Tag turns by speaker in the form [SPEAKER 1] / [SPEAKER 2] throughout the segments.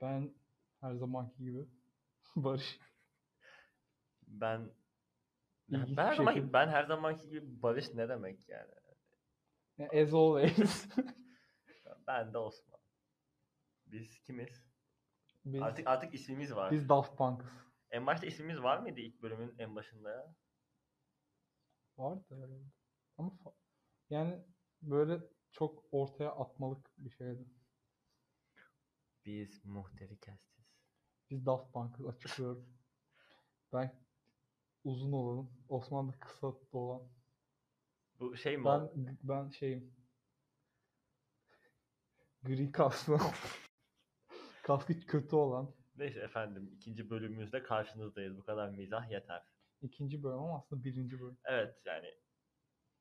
[SPEAKER 1] Ben her zamanki gibi Barış.
[SPEAKER 2] Ben
[SPEAKER 1] İlginç
[SPEAKER 2] ben her
[SPEAKER 1] bir
[SPEAKER 2] zaman
[SPEAKER 1] şekilde.
[SPEAKER 2] ben her zamanki gibi barış ne demek yani?
[SPEAKER 1] Yani As always.
[SPEAKER 2] Ben de Osman. Biz kimiz?
[SPEAKER 1] biz,
[SPEAKER 2] Artık artık ismimiz var.
[SPEAKER 1] biz Daft Punk'ız.
[SPEAKER 2] En başta ismimiz var mıydı ilk bölümün en başında ya?
[SPEAKER 1] Vardı herhalde. Ama fa- yani böyle çok ortaya atmalık bir şeydi.
[SPEAKER 2] Biz muhteri kestiz.
[SPEAKER 1] Biz Daft Punk'ız açıklıyorum. ben uzun olanım. Osman da kısa olan.
[SPEAKER 2] Bu şey mi?
[SPEAKER 1] Ben ben şeyim. Gri kaslı. Kaskı kötü olan.
[SPEAKER 2] Neyse efendim ikinci bölümümüzde karşınızdayız. Bu kadar mizah yeter.
[SPEAKER 1] İkinci bölüm ama aslında birinci bölüm.
[SPEAKER 2] Evet yani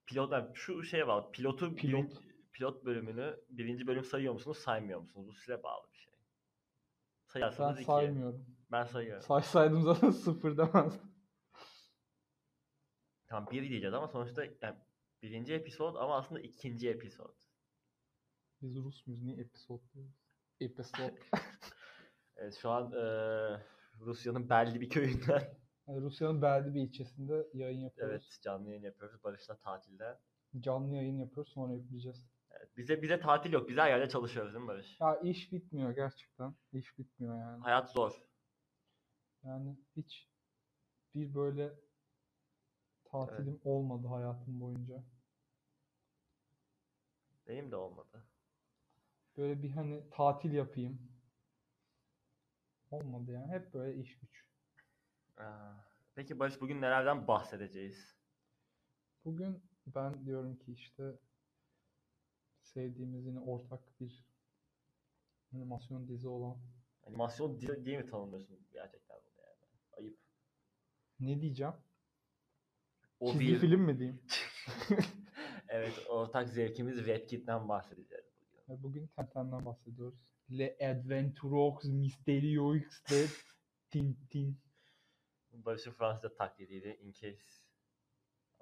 [SPEAKER 2] pilot yani şu şeye bağlı. Pilotu
[SPEAKER 1] Pilot.
[SPEAKER 2] birinci- pilot bölümünü birinci bölüm sayıyor musunuz saymıyor musunuz? Bu size bağlı bir şey.
[SPEAKER 1] Ben
[SPEAKER 2] Sayarsanız iki.
[SPEAKER 1] saymıyorum.
[SPEAKER 2] Ben sayıyorum.
[SPEAKER 1] Saysaydım zaten sıfır demezdim.
[SPEAKER 2] Tam bir diyeceğiz ama sonuçta yani birinci episod ama aslında ikinci episod.
[SPEAKER 1] Biz Rus muyuz? Niye episod diyoruz? Episod.
[SPEAKER 2] Evet, şu an eee, Rusya'nın belli bir köyünden
[SPEAKER 1] Yani Rusya'nın belli bir ilçesinde yayın yapıyoruz.
[SPEAKER 2] evet canlı yayın yapıyoruz. Barış'la tatilde.
[SPEAKER 1] Canlı yayın yapıyoruz sonra yükleyeceğiz.
[SPEAKER 2] Evet, bize bize tatil yok. Biz her yerde çalışıyoruz değil mi Barış?
[SPEAKER 1] Ya iş bitmiyor gerçekten. İş bitmiyor yani.
[SPEAKER 2] Hayat zor.
[SPEAKER 1] Yani hiç bir böyle tatilim olmadı hayatım boyunca.
[SPEAKER 2] Benim de olmadı.
[SPEAKER 1] Böyle bir hani tatil yapayım. Olmadı yani. Hep böyle iş güç.
[SPEAKER 2] Aa, Peki Barış bugün nelerden bahsedeceğiz?
[SPEAKER 1] Bugün ben diyorum ki işte sevdiğimiz yine ortak bir animasyon dizi olan
[SPEAKER 2] Animasyon diye, diye mi tanımlıyorsun gerçekten bunu yani? Ayıp.
[SPEAKER 1] ne diyeceğim?
[SPEAKER 2] O
[SPEAKER 1] Çizgi
[SPEAKER 2] bir-
[SPEAKER 1] film mi diyeyim?
[SPEAKER 2] evet ortak zevkimiz Redkit'den bahsedeceğiz. bugün.
[SPEAKER 1] Ya E, Bugün Tintin'den bahsediyoruz. Le Adventurox Mysteriox de Tintin.
[SPEAKER 2] Barış'ın Fransızca taklidiydi. In case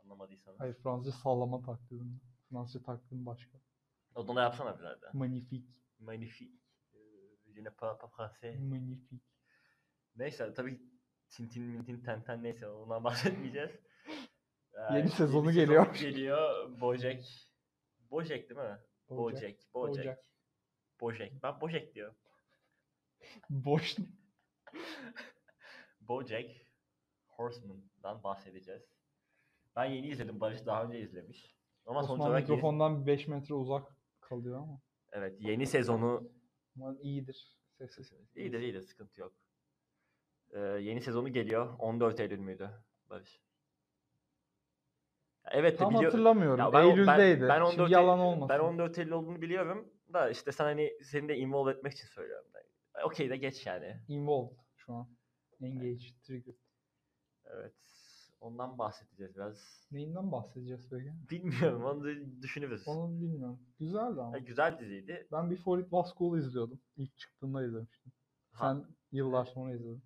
[SPEAKER 2] anlamadıysanız.
[SPEAKER 1] Hayır Fransızca sallama taklidim. Fransızca taklidim başka.
[SPEAKER 2] Ondan da yapsana biraz daha.
[SPEAKER 1] Magnifique.
[SPEAKER 2] Magnifique. Ee, Je ne parle pas français.
[SPEAKER 1] Magnifique.
[SPEAKER 2] Neyse tabii Tintin Mintin Tenten neyse ondan bahsetmeyeceğiz. Ee,
[SPEAKER 1] Yeni sezonu geliyor.
[SPEAKER 2] geliyor. Bojack. Bojack değil mi?
[SPEAKER 1] Bojack.
[SPEAKER 2] Bojack. Bojack.
[SPEAKER 1] Bojack.
[SPEAKER 2] Bojack. Ben Bojack diyorum.
[SPEAKER 1] Boş.
[SPEAKER 2] Bojack Horseman'dan bahsedeceğiz. Ben yeni izledim. Barış daha önce izlemiş. Ama sonuç
[SPEAKER 1] Osman
[SPEAKER 2] olarak yeni-
[SPEAKER 1] mikrofondan 5 metre uzak kalıyor ama.
[SPEAKER 2] evet yeni sezonu
[SPEAKER 1] Umarım iyidir. Sessiz.
[SPEAKER 2] iyidir iyidir sıkıntı yok. Ee, yeni sezonu geliyor. 14 Eylül müydü Barış? Ya Evet de
[SPEAKER 1] Tam
[SPEAKER 2] E, biliyor-
[SPEAKER 1] hatırlamıyorum.
[SPEAKER 2] Ya ben o- ben-
[SPEAKER 1] Eylül'deydi.
[SPEAKER 2] ben 14
[SPEAKER 1] Şimdi yalan olmasın.
[SPEAKER 2] Ben 14 Eylül olduğunu biliyorum da işte sen hani seni de involve etmek için söylüyorum. da. E, Okey de geç yani.
[SPEAKER 1] Involved şu an. Engaged, triggered.
[SPEAKER 2] Evet. Ondan bahsedeceğiz biraz.
[SPEAKER 1] Neyinden bahsedeceğiz peki?
[SPEAKER 2] Bilmiyorum onu da düşünürüz.
[SPEAKER 1] Onu bilmiyorum. Güzeldi ama.
[SPEAKER 2] Ya güzel diziydi.
[SPEAKER 1] Ben Before It Was Cool izliyordum. İlk çıktığında izlemiştim.
[SPEAKER 2] Ha,
[SPEAKER 1] Sen yıllar sonra izledin.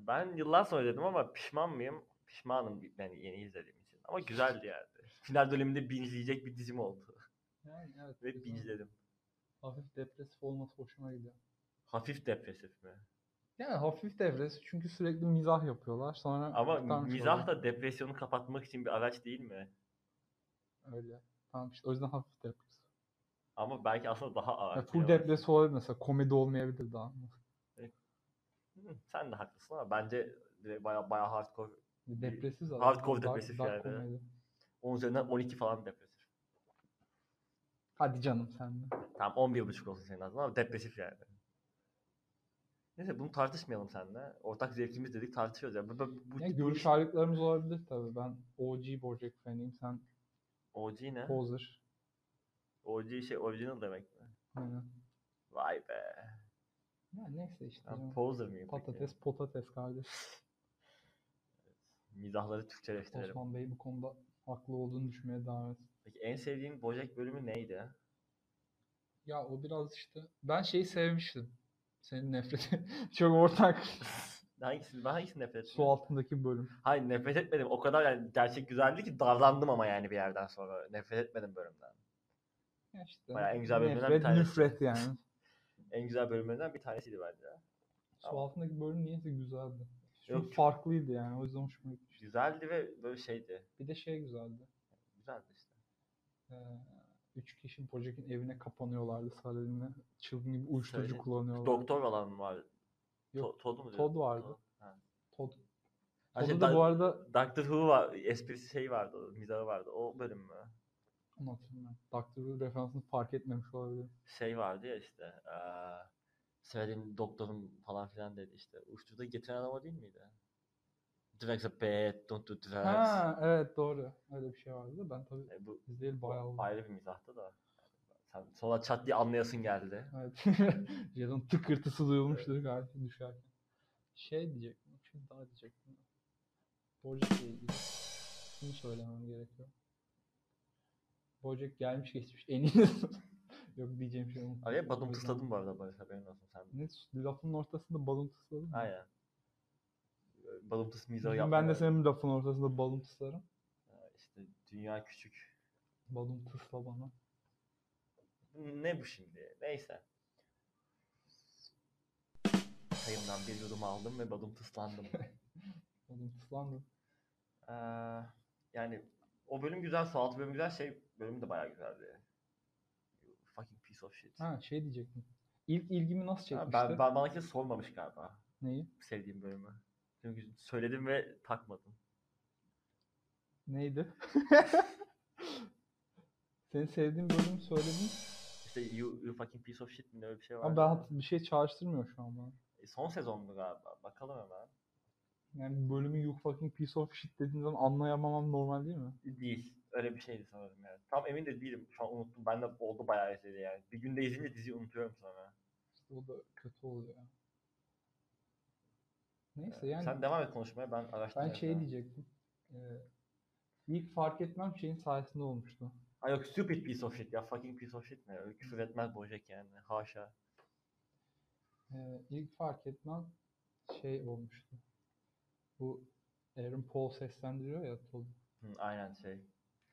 [SPEAKER 2] Ben yıllar sonra dedim ama pişman mıyım? Pişmanım yani yeni izlediğim için. Ama güzeldi yani. Final döneminde bingeleyecek bir dizim oldu.
[SPEAKER 1] Yani evet.
[SPEAKER 2] Ve
[SPEAKER 1] güzel.
[SPEAKER 2] bingeledim.
[SPEAKER 1] Hafif depresif olması hoşuma gidiyor.
[SPEAKER 2] Hafif depresif mi?
[SPEAKER 1] Yani hafif depresif çünkü sürekli mizah yapıyorlar. Sonra
[SPEAKER 2] Ama
[SPEAKER 1] kurtarmış
[SPEAKER 2] mizah
[SPEAKER 1] oluyor.
[SPEAKER 2] da depresyonu kapatmak için bir araç değil mi?
[SPEAKER 1] öyle. Tamam işte o yüzden hafif depresif.
[SPEAKER 2] Ama belki aslında daha ağır.
[SPEAKER 1] Ya
[SPEAKER 2] bir şey
[SPEAKER 1] full
[SPEAKER 2] amaç.
[SPEAKER 1] depresif olabilir mesela. Komedi olmayabilir daha.
[SPEAKER 2] Hı, Sen de haklısın ama bence baya baya hardcore.
[SPEAKER 1] Depresif zaten.
[SPEAKER 2] Hardcore
[SPEAKER 1] Dark-
[SPEAKER 2] depresif
[SPEAKER 1] dark
[SPEAKER 2] yani.
[SPEAKER 1] komedi.
[SPEAKER 2] 10 üzerinden 12 falan depresif.
[SPEAKER 1] Hadi canım sen de.
[SPEAKER 2] Tamam 11.5 olsun senin adına ama depresif yani. Neyse bunu tartışmayalım seninle. Ortak zevkimiz dedik tartışıyoruz ya. Bu, bu, bu, şey-
[SPEAKER 1] Ya görüş ayrılıklarımız olabilir tabii. Ben OG Bojack fanıyım. Sen
[SPEAKER 2] OG ne?
[SPEAKER 1] poser.
[SPEAKER 2] OG şey original demek mi?
[SPEAKER 1] Aynen.
[SPEAKER 2] Vay be.
[SPEAKER 1] Ya neyse işte.
[SPEAKER 2] Ben
[SPEAKER 1] canım.
[SPEAKER 2] poser miyim peki?
[SPEAKER 1] Patates potates kardeş.
[SPEAKER 2] Mizahları Türkçeleştirelim.
[SPEAKER 1] Osman Bey bu konuda haklı olduğunu düşünmeye devam et.
[SPEAKER 2] Peki en sevdiğin Bojack bölümü neydi?
[SPEAKER 1] Ya o biraz işte ben şeyi sevmiştim. Senin nefreti. Çok ortak.
[SPEAKER 2] Hangisini, ben hangisini nefret ettim?
[SPEAKER 1] Su altındaki bölüm.
[SPEAKER 2] Hayır nefret etmedim. O kadar yani gerçek güzeldi ki darlandım ama yani bir yerden sonra. Nefret etmedim bölümden.
[SPEAKER 1] Ya işte
[SPEAKER 2] Bayağı en güzel bölümlerden bir
[SPEAKER 1] nefret,
[SPEAKER 2] tanesi.
[SPEAKER 1] Nefret yani.
[SPEAKER 2] En güzel bölümlerinden bir tanesiydi bence.
[SPEAKER 1] Su altındaki bölüm niyeyse güzeldi. Çünkü
[SPEAKER 2] Yok.
[SPEAKER 1] farklıydı yani. O yüzden hoşuma gitti.
[SPEAKER 2] Güzeldi ve böyle şeydi.
[SPEAKER 1] Bir de şey güzeldi.
[SPEAKER 2] Güzeldi işte.
[SPEAKER 1] Ee, üç kişi Bojack'in evine kapanıyorlardı. Sadece çılgın gibi uyuşturucu
[SPEAKER 2] Söyle.
[SPEAKER 1] kullanıyorlardı.
[SPEAKER 2] Doktor olan var.
[SPEAKER 1] Yok,
[SPEAKER 2] To- Todd mu?
[SPEAKER 1] Todd vardı.
[SPEAKER 2] Ha.
[SPEAKER 1] Todd.
[SPEAKER 2] Ha,
[SPEAKER 1] Todd'u
[SPEAKER 2] şey,
[SPEAKER 1] da
[SPEAKER 2] da-
[SPEAKER 1] bu arada
[SPEAKER 2] Doctor Who var. Esprisi şey vardı. Mizahı vardı. O bölüm mü?
[SPEAKER 1] Onu hatırlamıyorum. Doctor Who referansını fark etmemiş olabilir.
[SPEAKER 2] şey vardı ya işte eee söylediğim doktorum falan filan dedi işte. Uyuşturucu da getiren adam o değil miydi? Drugs are bad, don't do drugs.
[SPEAKER 1] Ha evet doğru. Öyle bir şey vardı da ben tabii
[SPEAKER 2] E, bu
[SPEAKER 1] izleyeli
[SPEAKER 2] bu
[SPEAKER 1] bayağı oldu.
[SPEAKER 2] ayrı bir mizahtı da. Sen sonra çat diye anlayasın geldi.
[SPEAKER 1] Evet. Jed'in tıkırtısı duyulmuştur galiba düşerken. Şey diyecektim. Bir şey daha diyecektim. Bojack'la ilgili. Şunu söylemem gerekiyor. Bojack gelmiş geçmiş en iyisi. Yok diyeceğim şey unuttum.
[SPEAKER 2] Araya
[SPEAKER 1] O
[SPEAKER 2] badum
[SPEAKER 1] yüzden-
[SPEAKER 2] tısladım bu arada Barış haberin olsun sen.
[SPEAKER 1] Ne lafın ortasında balon tısladın mı?
[SPEAKER 2] Aynen. Badum tıs mizahı
[SPEAKER 1] Bugün
[SPEAKER 2] yaptı.
[SPEAKER 1] Ben de senin lafın ortasında balon tıslarım.
[SPEAKER 2] İşte dünya küçük.
[SPEAKER 1] Balon tısla bana.
[SPEAKER 2] Ne bu şimdi? Neyse. Sayımdan bir yudum aldım ve badum tıslandım.
[SPEAKER 1] Balon tıslandı.
[SPEAKER 2] Ee, yani o bölüm güzel, su altı bölüm güzel, şey bölüm de bayağı güzeldi. You fucking piece of shit.
[SPEAKER 1] Ha şey diyecektim. İlk ilgimi nasıl
[SPEAKER 2] Ha,
[SPEAKER 1] çekmişti?
[SPEAKER 2] ben, ben bana kimse sormamış galiba
[SPEAKER 1] Neyi?
[SPEAKER 2] sevdiğim bölümü. Çünkü söyledim ve takmadım.
[SPEAKER 1] Neydi? Senin sevdiğin bölümü söyledin.
[SPEAKER 2] İşte you, you fucking piece of shit mi ne öyle bir şey var.
[SPEAKER 1] Ama ben hat- bir şey çağrıştırmıyor şu an bana.
[SPEAKER 2] Son sezondu galiba. Bakalım hemen.
[SPEAKER 1] Yani bölümü you fucking piece of shit dediğin zaman anlayamamam normal değil mi?
[SPEAKER 2] Değil. Öyle bir şeydi sanırım yani. Tam emin de değilim. Şu an unuttum. Ben de oldu bayağı izledi yani. Bir günde izleyince diziyi unutuyorum sonra.
[SPEAKER 1] İşte o da kötü oluyor. ya. Neyse yani
[SPEAKER 2] Sen devam et konuşmaya. Ben
[SPEAKER 1] ben
[SPEAKER 2] araştırayım.
[SPEAKER 1] şey diyecektim. Ee, ilk fark etmem şeyin sayesinde olmuştu.
[SPEAKER 2] Ay yok stupid piece of shit ya. Fucking piece of shit ne? Öyle küfür etmez Bojack yani. Haşa.
[SPEAKER 1] Ee, ilk fark etmem şey olmuştu. Bu Aaron Paul seslendiriyor ya Todd'u.
[SPEAKER 2] Hı, aynen şey.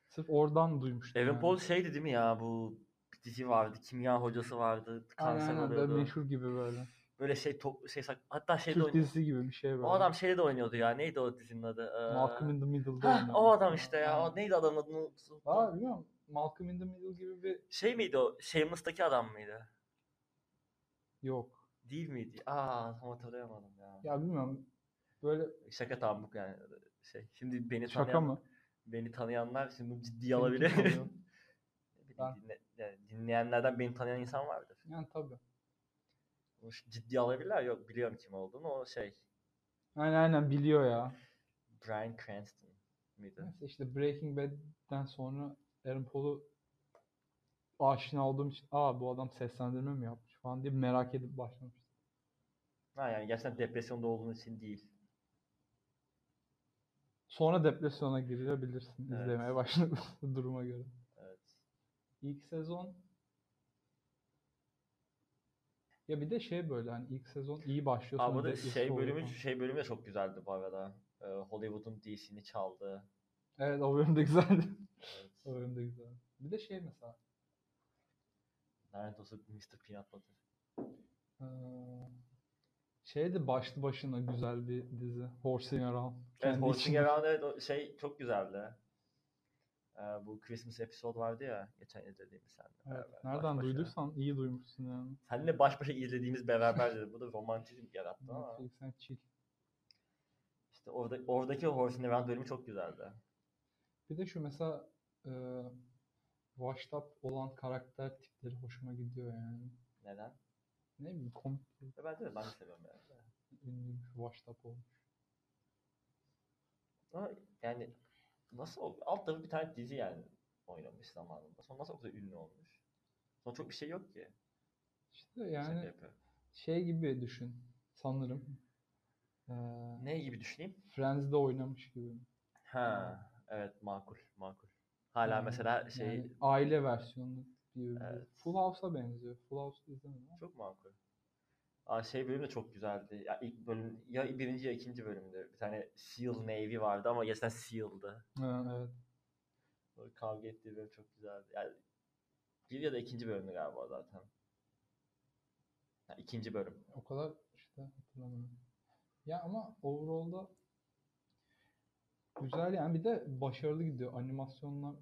[SPEAKER 1] Sırf oradan duymuştum.
[SPEAKER 2] Evan
[SPEAKER 1] yani.
[SPEAKER 2] Paul şeydi değil mi ya bu bir dizi vardı, kimya hocası vardı,
[SPEAKER 1] Aynen
[SPEAKER 2] kanser
[SPEAKER 1] aynen böyle
[SPEAKER 2] oluyordu.
[SPEAKER 1] meşhur gibi böyle.
[SPEAKER 2] Böyle şey top şey sak- hatta şeyde
[SPEAKER 1] Türk
[SPEAKER 2] oynuyordu.
[SPEAKER 1] dizisi gibi bir şey böyle.
[SPEAKER 2] O adam şeyde de oynuyordu ya. Neydi o dizinin adı? Ee,
[SPEAKER 1] Malcolm in the Middle'da
[SPEAKER 2] Hah,
[SPEAKER 1] oynuyor
[SPEAKER 2] o
[SPEAKER 1] mesela.
[SPEAKER 2] adam işte ya.
[SPEAKER 1] Aynen.
[SPEAKER 2] O neydi adamın adını? unuttum.
[SPEAKER 1] Aa biliyor musun? Malcolm in the Middle gibi bir
[SPEAKER 2] Şey miydi o? Shameless'taki adam mıydı?
[SPEAKER 1] yok.
[SPEAKER 2] Değil miydi? Aa tam hatırlayamadım ya.
[SPEAKER 1] Ya bilmiyorum. Böyle
[SPEAKER 2] Şaka tam bu yani. Şey, şimdi beni
[SPEAKER 1] şaka
[SPEAKER 2] tanıyan,
[SPEAKER 1] mı?
[SPEAKER 2] beni tanıyanlar şimdi bunu ciddiye
[SPEAKER 1] Seni
[SPEAKER 2] alabilir.
[SPEAKER 1] kim tanıyor? Ben-
[SPEAKER 2] Dinle, yani dinleyenlerden beni tanıyan insan vardır.
[SPEAKER 1] yani tabii.
[SPEAKER 2] O ş- ciddiye alabilirler. Yok biliyorum kim olduğunu. O şey
[SPEAKER 1] Aynen aynen biliyor ya.
[SPEAKER 2] Brian Cranston mıydı?
[SPEAKER 1] Neyse işte Breaking Bad'den sonra Aaron Paul'u aşina olduğum için aa bu adam seslendirme mi yapmış falan diye merak edip başlamıştım.
[SPEAKER 2] Ha yani gerçekten depresyonda olduğun için değil.
[SPEAKER 1] Sonra depresyona girilebilirsin
[SPEAKER 2] Evet.
[SPEAKER 1] izlemeye başladığın duruma göre.
[SPEAKER 2] Evet.
[SPEAKER 1] İlk sezon ya bir de şey böyle hani ilk sezon iyi başlıyor sonra
[SPEAKER 2] Ama da
[SPEAKER 1] depresif
[SPEAKER 2] şey
[SPEAKER 1] oluyor
[SPEAKER 2] bölümü
[SPEAKER 1] falan.
[SPEAKER 2] şey bölümü de çok güzeldi bu arada. Ee, Hollywood'un DC'ni çaldı.
[SPEAKER 1] Evet o bölüm de güzeldi. o
[SPEAKER 2] Evet.
[SPEAKER 1] bölüm de güzeldi. Bir de şey mesela
[SPEAKER 2] Lanet olsun Mr. Peanut Butter.
[SPEAKER 1] eee, şey de başlı başına güzel bir dizi. Horsing Around.
[SPEAKER 2] Evet,
[SPEAKER 1] Kendi
[SPEAKER 2] Horsing
[SPEAKER 1] içinde-
[SPEAKER 2] Around evet, o şey çok güzeldi. Ee, bu Christmas episode vardı ya geçen izlediğimiz senle.
[SPEAKER 1] Evet,
[SPEAKER 2] beraber, baş
[SPEAKER 1] nereden
[SPEAKER 2] başa.
[SPEAKER 1] duyduysan iyi duymuşsun yani.
[SPEAKER 2] Seninle baş başa izlediğimiz beraber dedi. Bu da romantizm yarattı ama.
[SPEAKER 1] Netflix'ten chill.
[SPEAKER 2] İşte orada, oradaki Horsing Around bölümü çok güzeldi.
[SPEAKER 1] Bir de şu mesela eee washed up olan karakter tipleri hoşuma gidiyor yani.
[SPEAKER 2] Neden?
[SPEAKER 1] Ne bileyim komik bir
[SPEAKER 2] Ya Bence de ben de seviyorum yani.
[SPEAKER 1] ünlüymüş, washed up olmuş.
[SPEAKER 2] Ama yani nasıl oldu? Alt tarafı bir tane dizi yani oynamış zamanında. Sonra nasıl o kadar ünlü olmuş? Sonra çok bir şey yok ki.
[SPEAKER 1] İşte
[SPEAKER 2] Yani...
[SPEAKER 1] yani şey gibi düşün sanırım. Ee,
[SPEAKER 2] Ne gibi düşüneyim?
[SPEAKER 1] Friends'de oynamış gibi.
[SPEAKER 2] Ha, evet makul makul. Hala
[SPEAKER 1] Yani-
[SPEAKER 2] mesela şey
[SPEAKER 1] Yani aile versiyonu gibi. bir-
[SPEAKER 2] Evet.
[SPEAKER 1] Full House'a benziyor. Full House izlemedim ama.
[SPEAKER 2] çok makul. Aa, şey bölüm de çok güzeldi. Ya ilk bölüm ya birinci ya ikinci bölümde bir tane Seal Navy vardı ama gerçekten Seal'dı.
[SPEAKER 1] Ha, evet.
[SPEAKER 2] Böyle kavga ettiği bölüm çok güzeldi. Yani bir ya da ikinci bölümdü galiba zaten. Ha, ikinci bölüm.
[SPEAKER 1] O kadar işte işte hatırlamıyorum. Ya ama overall'da güzel yani bir de başarılı gidiyor animasyonlar.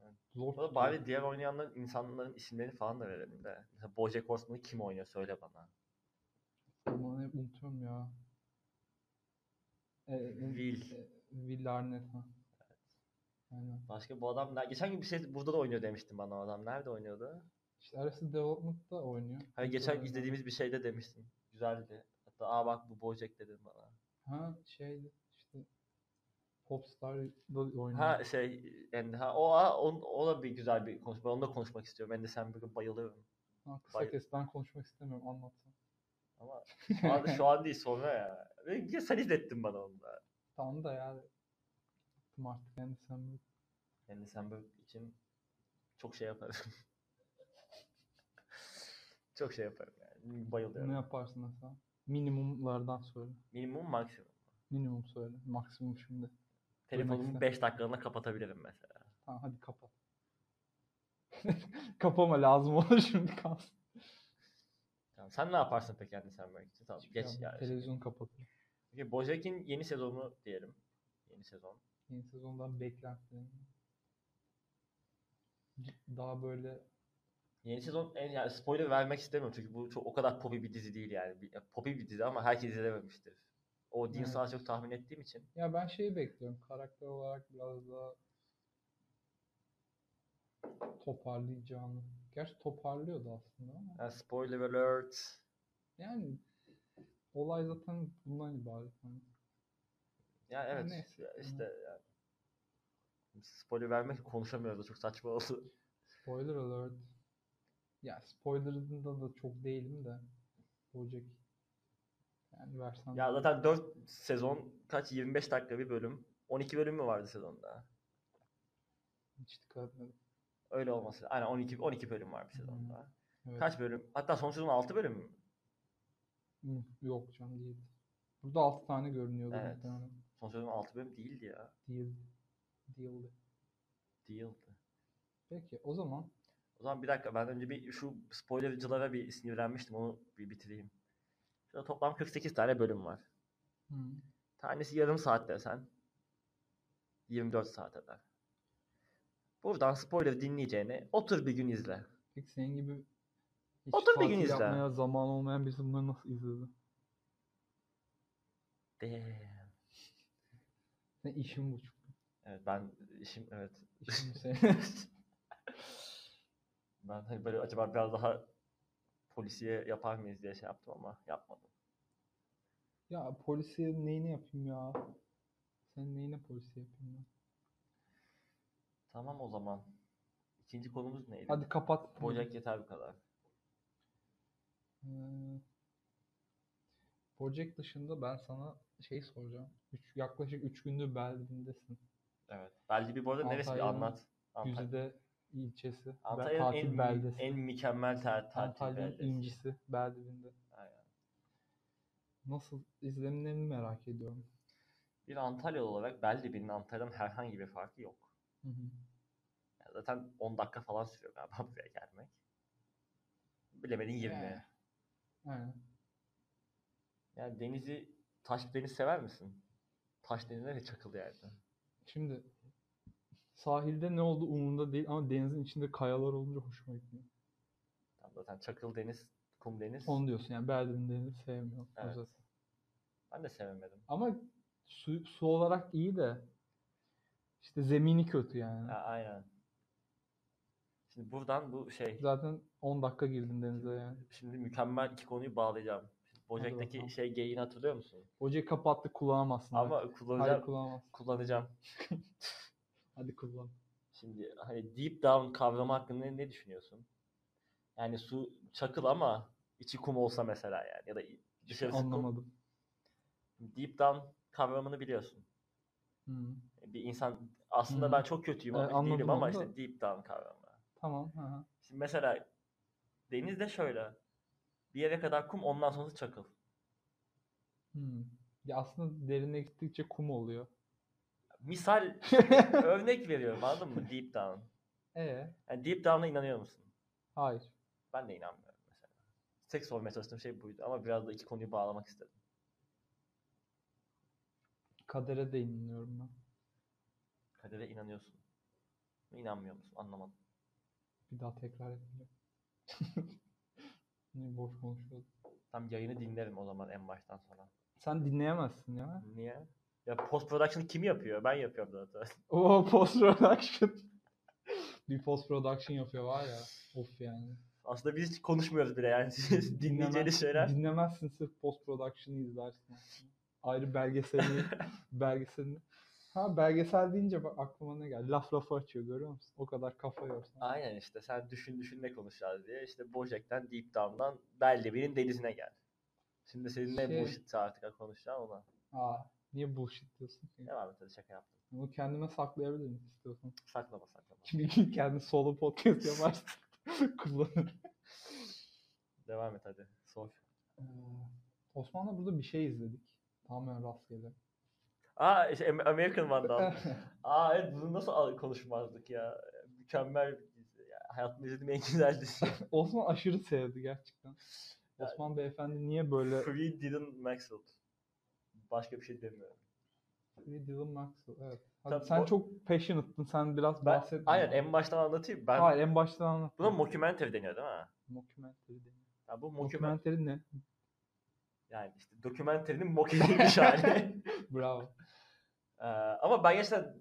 [SPEAKER 2] Evet.
[SPEAKER 1] Zor.
[SPEAKER 2] Bu arada bari diğer oynayanların insanların isimlerini falan da verelim de. Mesela Bojack Horseman'ı kim oynuyor söyle bana.
[SPEAKER 1] Aman hep unutuyorum ya. Ee, e,
[SPEAKER 2] Will.
[SPEAKER 1] e, Will Arnett ha. Aynen.
[SPEAKER 2] Başka bu adam ne- geçen gün bir şey burada da oynuyor demiştin bana o adam. Nerede oynuyordu?
[SPEAKER 1] İşte Arrested Development'da oynuyor.
[SPEAKER 2] Hani geçen
[SPEAKER 1] Oynuyor.
[SPEAKER 2] izlediğimiz bir şeyde demiştin. Güzeldi. Hatta aa bak bu Bojack dedin bana.
[SPEAKER 1] Ha şeydi işte Popstar'da oynuyor.
[SPEAKER 2] Ha şey Andy ha o, a- on, o da bir güzel bir konuşma. Onu da konuşmak istiyorum. Andy Samberg'e bayılıyorum.
[SPEAKER 1] Ha, kısa
[SPEAKER 2] Bay-
[SPEAKER 1] kes ben konuşmak istemiyorum anlatsam.
[SPEAKER 2] Ama şu an, şu an değil sonra ya. Ve ya sen izlettin bana onu da.
[SPEAKER 1] Tam da yani. Bıktım artık yani sen bu-
[SPEAKER 2] Andy Samberg için çok şey yaparım. çok şey yaparım yani. Bayılıyorum.
[SPEAKER 1] ne yaparsın mesela? Minimumlardan söyle.
[SPEAKER 2] Minimum maksimum.
[SPEAKER 1] Minimum söyle. Maksimum şimdi.
[SPEAKER 2] Telefonumu
[SPEAKER 1] ister.
[SPEAKER 2] 5 dakikalığına kapatabilirim mesela.
[SPEAKER 1] Tamam hadi kapat. Kapama lazım olur şimdi kalsın.
[SPEAKER 2] Tamam. Sen ne yaparsın peki Andy Samberg için? Tamam, geç şey-
[SPEAKER 1] Tamam,
[SPEAKER 2] yani.
[SPEAKER 1] Televizyon kapatın.
[SPEAKER 2] Peki Bojack'in yeni sezonu diyelim. Yeni sezon.
[SPEAKER 1] Yeni sezondan beklentilerim. Daha böyle
[SPEAKER 2] Yeni sezon en yani spoiler vermek istemiyorum çünkü bu çok o kadar popi bir dizi değil yani. Bir- Popi bir dizi ama herkes izlememiştir. O
[SPEAKER 1] Evet.
[SPEAKER 2] Dean evet. çok tahmin ettiğim için.
[SPEAKER 1] ya ben şeyi bekliyorum. Karakter olarak biraz daha toparlayacağını. Gerçi toparlıyordu aslında ama.
[SPEAKER 2] Yani spoiler alert.
[SPEAKER 1] Yani olay zaten bundan ibaret. Yani
[SPEAKER 2] Yani evet
[SPEAKER 1] Neyse.
[SPEAKER 2] ya işte yani. Spoiler vermek konuşamıyoruz da çok saçma oldu.
[SPEAKER 1] Spoiler alert. Ya spoiler'ında da çok değilim de. Olacak. Yani versen.
[SPEAKER 2] ya zaten 4 sezon kaç 25 dakika bir bölüm. 12 bölüm mü vardı sezonda?
[SPEAKER 1] Hiç dikkat etmedim.
[SPEAKER 2] Öyle olması. Aynen 12 12 bölüm var bir sezonda.
[SPEAKER 1] Evet.
[SPEAKER 2] Kaç bölüm? Hatta son sezon 6 bölüm mü?
[SPEAKER 1] Hı, Yok canım değil. Burada 6 tane görünüyordu.
[SPEAKER 2] Evet.
[SPEAKER 1] muhtemelen.
[SPEAKER 2] Son sezon 6 bölüm değildi ya.
[SPEAKER 1] Değil. Değildi.
[SPEAKER 2] Değildi.
[SPEAKER 1] Peki o zaman
[SPEAKER 2] O zaman bir dakika ben önce bir şu spoilercılara bir sinirlenmiştim onu bir bitireyim. Şurada toplam 48 tane bölüm var.
[SPEAKER 1] hı,
[SPEAKER 2] Tanesi yarım saat desen 24 saat eder. Buradan spoiler dinleyeceğine otur bir gün izle.
[SPEAKER 1] peki senin gibi hiç
[SPEAKER 2] Otur bir gün
[SPEAKER 1] tatil
[SPEAKER 2] izle.
[SPEAKER 1] yapmaya zaman olmayan birisi bunları nasıl izledi?
[SPEAKER 2] De.
[SPEAKER 1] Ne işin bu çünkü.
[SPEAKER 2] Evet ben işim evet.
[SPEAKER 1] İşin bu senin.
[SPEAKER 2] ben hani böyle acaba biraz daha polisiye yapar mıyız diye şey yaptım ama yapmadım.
[SPEAKER 1] Ya polisiye neyini yapayım ya? Sen neyine polisiye yapayım ya?
[SPEAKER 2] Tamam o zaman. İkinci konumuz neydi?
[SPEAKER 1] Hadi kapat.
[SPEAKER 2] Bojack yeter bu kadar.
[SPEAKER 1] Ee, Bojack dışında ben sana şey soracağım. Üç, yaklaşık 3 gündür Berlin'desin.
[SPEAKER 2] Evet. Belki bir bu arada neresi bir
[SPEAKER 1] Antalya'nın
[SPEAKER 2] anlat. Antalya.
[SPEAKER 1] Güzide ilçesi. Ber-
[SPEAKER 2] Antalya'nın
[SPEAKER 1] tatil
[SPEAKER 2] en,
[SPEAKER 1] beldesi.
[SPEAKER 2] en mükemmel ta- tatil
[SPEAKER 1] Antalya'nın
[SPEAKER 2] beldesi.
[SPEAKER 1] incisi Berlin'de.
[SPEAKER 2] Aynen.
[SPEAKER 1] Nasıl izlenimlerini merak ediyorum.
[SPEAKER 2] Bir Antalyalı olarak Beldebi'nin Antalya'dan herhangi bir farkı yok.
[SPEAKER 1] Hı hı.
[SPEAKER 2] Yani zaten 10 dakika falan sürüyor galiba buraya gelmek. Bilemedin 20.
[SPEAKER 1] Yani. Aynen.
[SPEAKER 2] Yani denizi, taş deniz sever misin? Taş denizine de çakıl yani.
[SPEAKER 1] Şimdi sahilde ne oldu umurumda değil ama denizin içinde kayalar olunca hoşuma gidiyor.
[SPEAKER 2] Tam zaten çakıl deniz, kum deniz.
[SPEAKER 1] Onu diyorsun yani Berlin denizi sevmiyorum.
[SPEAKER 2] Evet.
[SPEAKER 1] özet.
[SPEAKER 2] Ben de sevemedim.
[SPEAKER 1] Ama su, su olarak iyi de işte zemini kötü yani.
[SPEAKER 2] Ha, aynen. Şimdi buradan bu şey,
[SPEAKER 1] Zaten 10 dakika girdim denize yani.
[SPEAKER 2] şimdi mükemmel iki konuyu bağlayacağım. Şimdi Bojack'taki
[SPEAKER 1] bakalım.
[SPEAKER 2] şey geyiğini hatırlıyor musun?
[SPEAKER 1] Hocayı kapattı kullanamazsın.
[SPEAKER 2] Ama
[SPEAKER 1] Hadi
[SPEAKER 2] kullanacağım,
[SPEAKER 1] kullanamazsın.
[SPEAKER 2] kullanacağım.
[SPEAKER 1] Hadi kullan.
[SPEAKER 2] Şimdi hani deep down kavramı hakkında ne düşünüyorsun? Yani su çakıl ama içi kum olsa mesela yani ya da i- dışarısı kum.
[SPEAKER 1] Anlamadım.
[SPEAKER 2] Deep down kavramını biliyorsun.
[SPEAKER 1] Hı.
[SPEAKER 2] Bir insan aslında
[SPEAKER 1] Hı.
[SPEAKER 2] ben çok kötüyüm
[SPEAKER 1] E,
[SPEAKER 2] ama
[SPEAKER 1] anladım
[SPEAKER 2] değilim ama
[SPEAKER 1] onu da.
[SPEAKER 2] işte deep down kavramı.
[SPEAKER 1] Tamam. hı hı.
[SPEAKER 2] Şimdi mesela denizde şöyle bir yere kadar kum ondan sonrası çakıl.
[SPEAKER 1] Hı. Hmm. Ya aslında derine gittikçe kum oluyor.
[SPEAKER 2] Misal örnek veriyorum anladın mı deep down.
[SPEAKER 1] E
[SPEAKER 2] Yani deep down'a inanıyor musun?
[SPEAKER 1] hayır.
[SPEAKER 2] Ben de inanmıyorum mesela. Tek sormaya çalıştığım şey buydu. Ama biraz da iki konuyu bağlamak istedim.
[SPEAKER 1] Kadere de inanıyorum ben.
[SPEAKER 2] Kadere inanıyorsun. mu, İnanmıyor musun? Anlamadım.
[SPEAKER 1] Bir daha tekrar etmeyeceğim. ne boş konuşuyoruz.
[SPEAKER 2] Tam yayını dinlerim o zaman en baştan sonra.
[SPEAKER 1] Sen dinleyemezsin ya.
[SPEAKER 2] Niye? Ya post production'ı kim yapıyor? Ben yapıyorum zaten.
[SPEAKER 1] O post production. bir post production yapıyor var ya. Of yani.
[SPEAKER 2] Aslında biz hiç konuşmuyoruz bile yani. Dinleyeceğiniz
[SPEAKER 1] Dinlemez-
[SPEAKER 2] şeyler.
[SPEAKER 1] Dinlemezsin sırf post production'ı izlersin. aslında. Ayrı belgeselini, belgeselini. Ha belgesel deyince bak aklıma ne geldi? Laf lafı açıyor görüyor musun? O kadar kafa yorsun.
[SPEAKER 2] Aynen işte sen düşün düşün ne konuşacağız diye işte Bojack'ten Deep Down'dan Beldemir'in denizine gel. Şimdi senin ne
[SPEAKER 1] Şey-
[SPEAKER 2] bullshit artık konuşacağım ona.
[SPEAKER 1] Aa, niye bullshit diyorsun ki?
[SPEAKER 2] Devam et hadi şaka yaptım.
[SPEAKER 1] Bunu kendime saklayabilirim istiyorsan.
[SPEAKER 2] Saklama saklama.
[SPEAKER 1] Bir gün kendi solo podcast yaparsın. Kullanır.
[SPEAKER 2] Devam et hadi. Sor.
[SPEAKER 1] Ee, Osman'la burada bir şey izledik. Tamamen rastgele.
[SPEAKER 2] Aa işte Am- American Vandal. Aa evet bunu nasıl al- konuşmazdık ya. Mükemmel bir dizi. Ya, hayatımda izlediğim en güzel dizi.
[SPEAKER 1] Osman aşırı sevdi gerçekten. Osman beyefendi niye böyle
[SPEAKER 2] Free Dylan Maxwell. Başka bir şey demiyorum.
[SPEAKER 1] Free Dylan Maxwell? Evet. Hadi
[SPEAKER 2] Tabii
[SPEAKER 1] sen
[SPEAKER 2] bu-
[SPEAKER 1] çok passionate'tın. Sen biraz
[SPEAKER 2] Ben,
[SPEAKER 1] bahsetme.
[SPEAKER 2] aynen en baştan anlatayım. Ben,
[SPEAKER 1] Hayır en baştan anlat.
[SPEAKER 2] Buna mockumentary deniyor değil mi?
[SPEAKER 1] Mockumentary deniyor.
[SPEAKER 2] Ya bu mockument,
[SPEAKER 1] Mockumentary ne?
[SPEAKER 2] yani işte dokumenterinin mock edilmiş hali.
[SPEAKER 1] Bravo.
[SPEAKER 2] Ee, ama ben gerçekten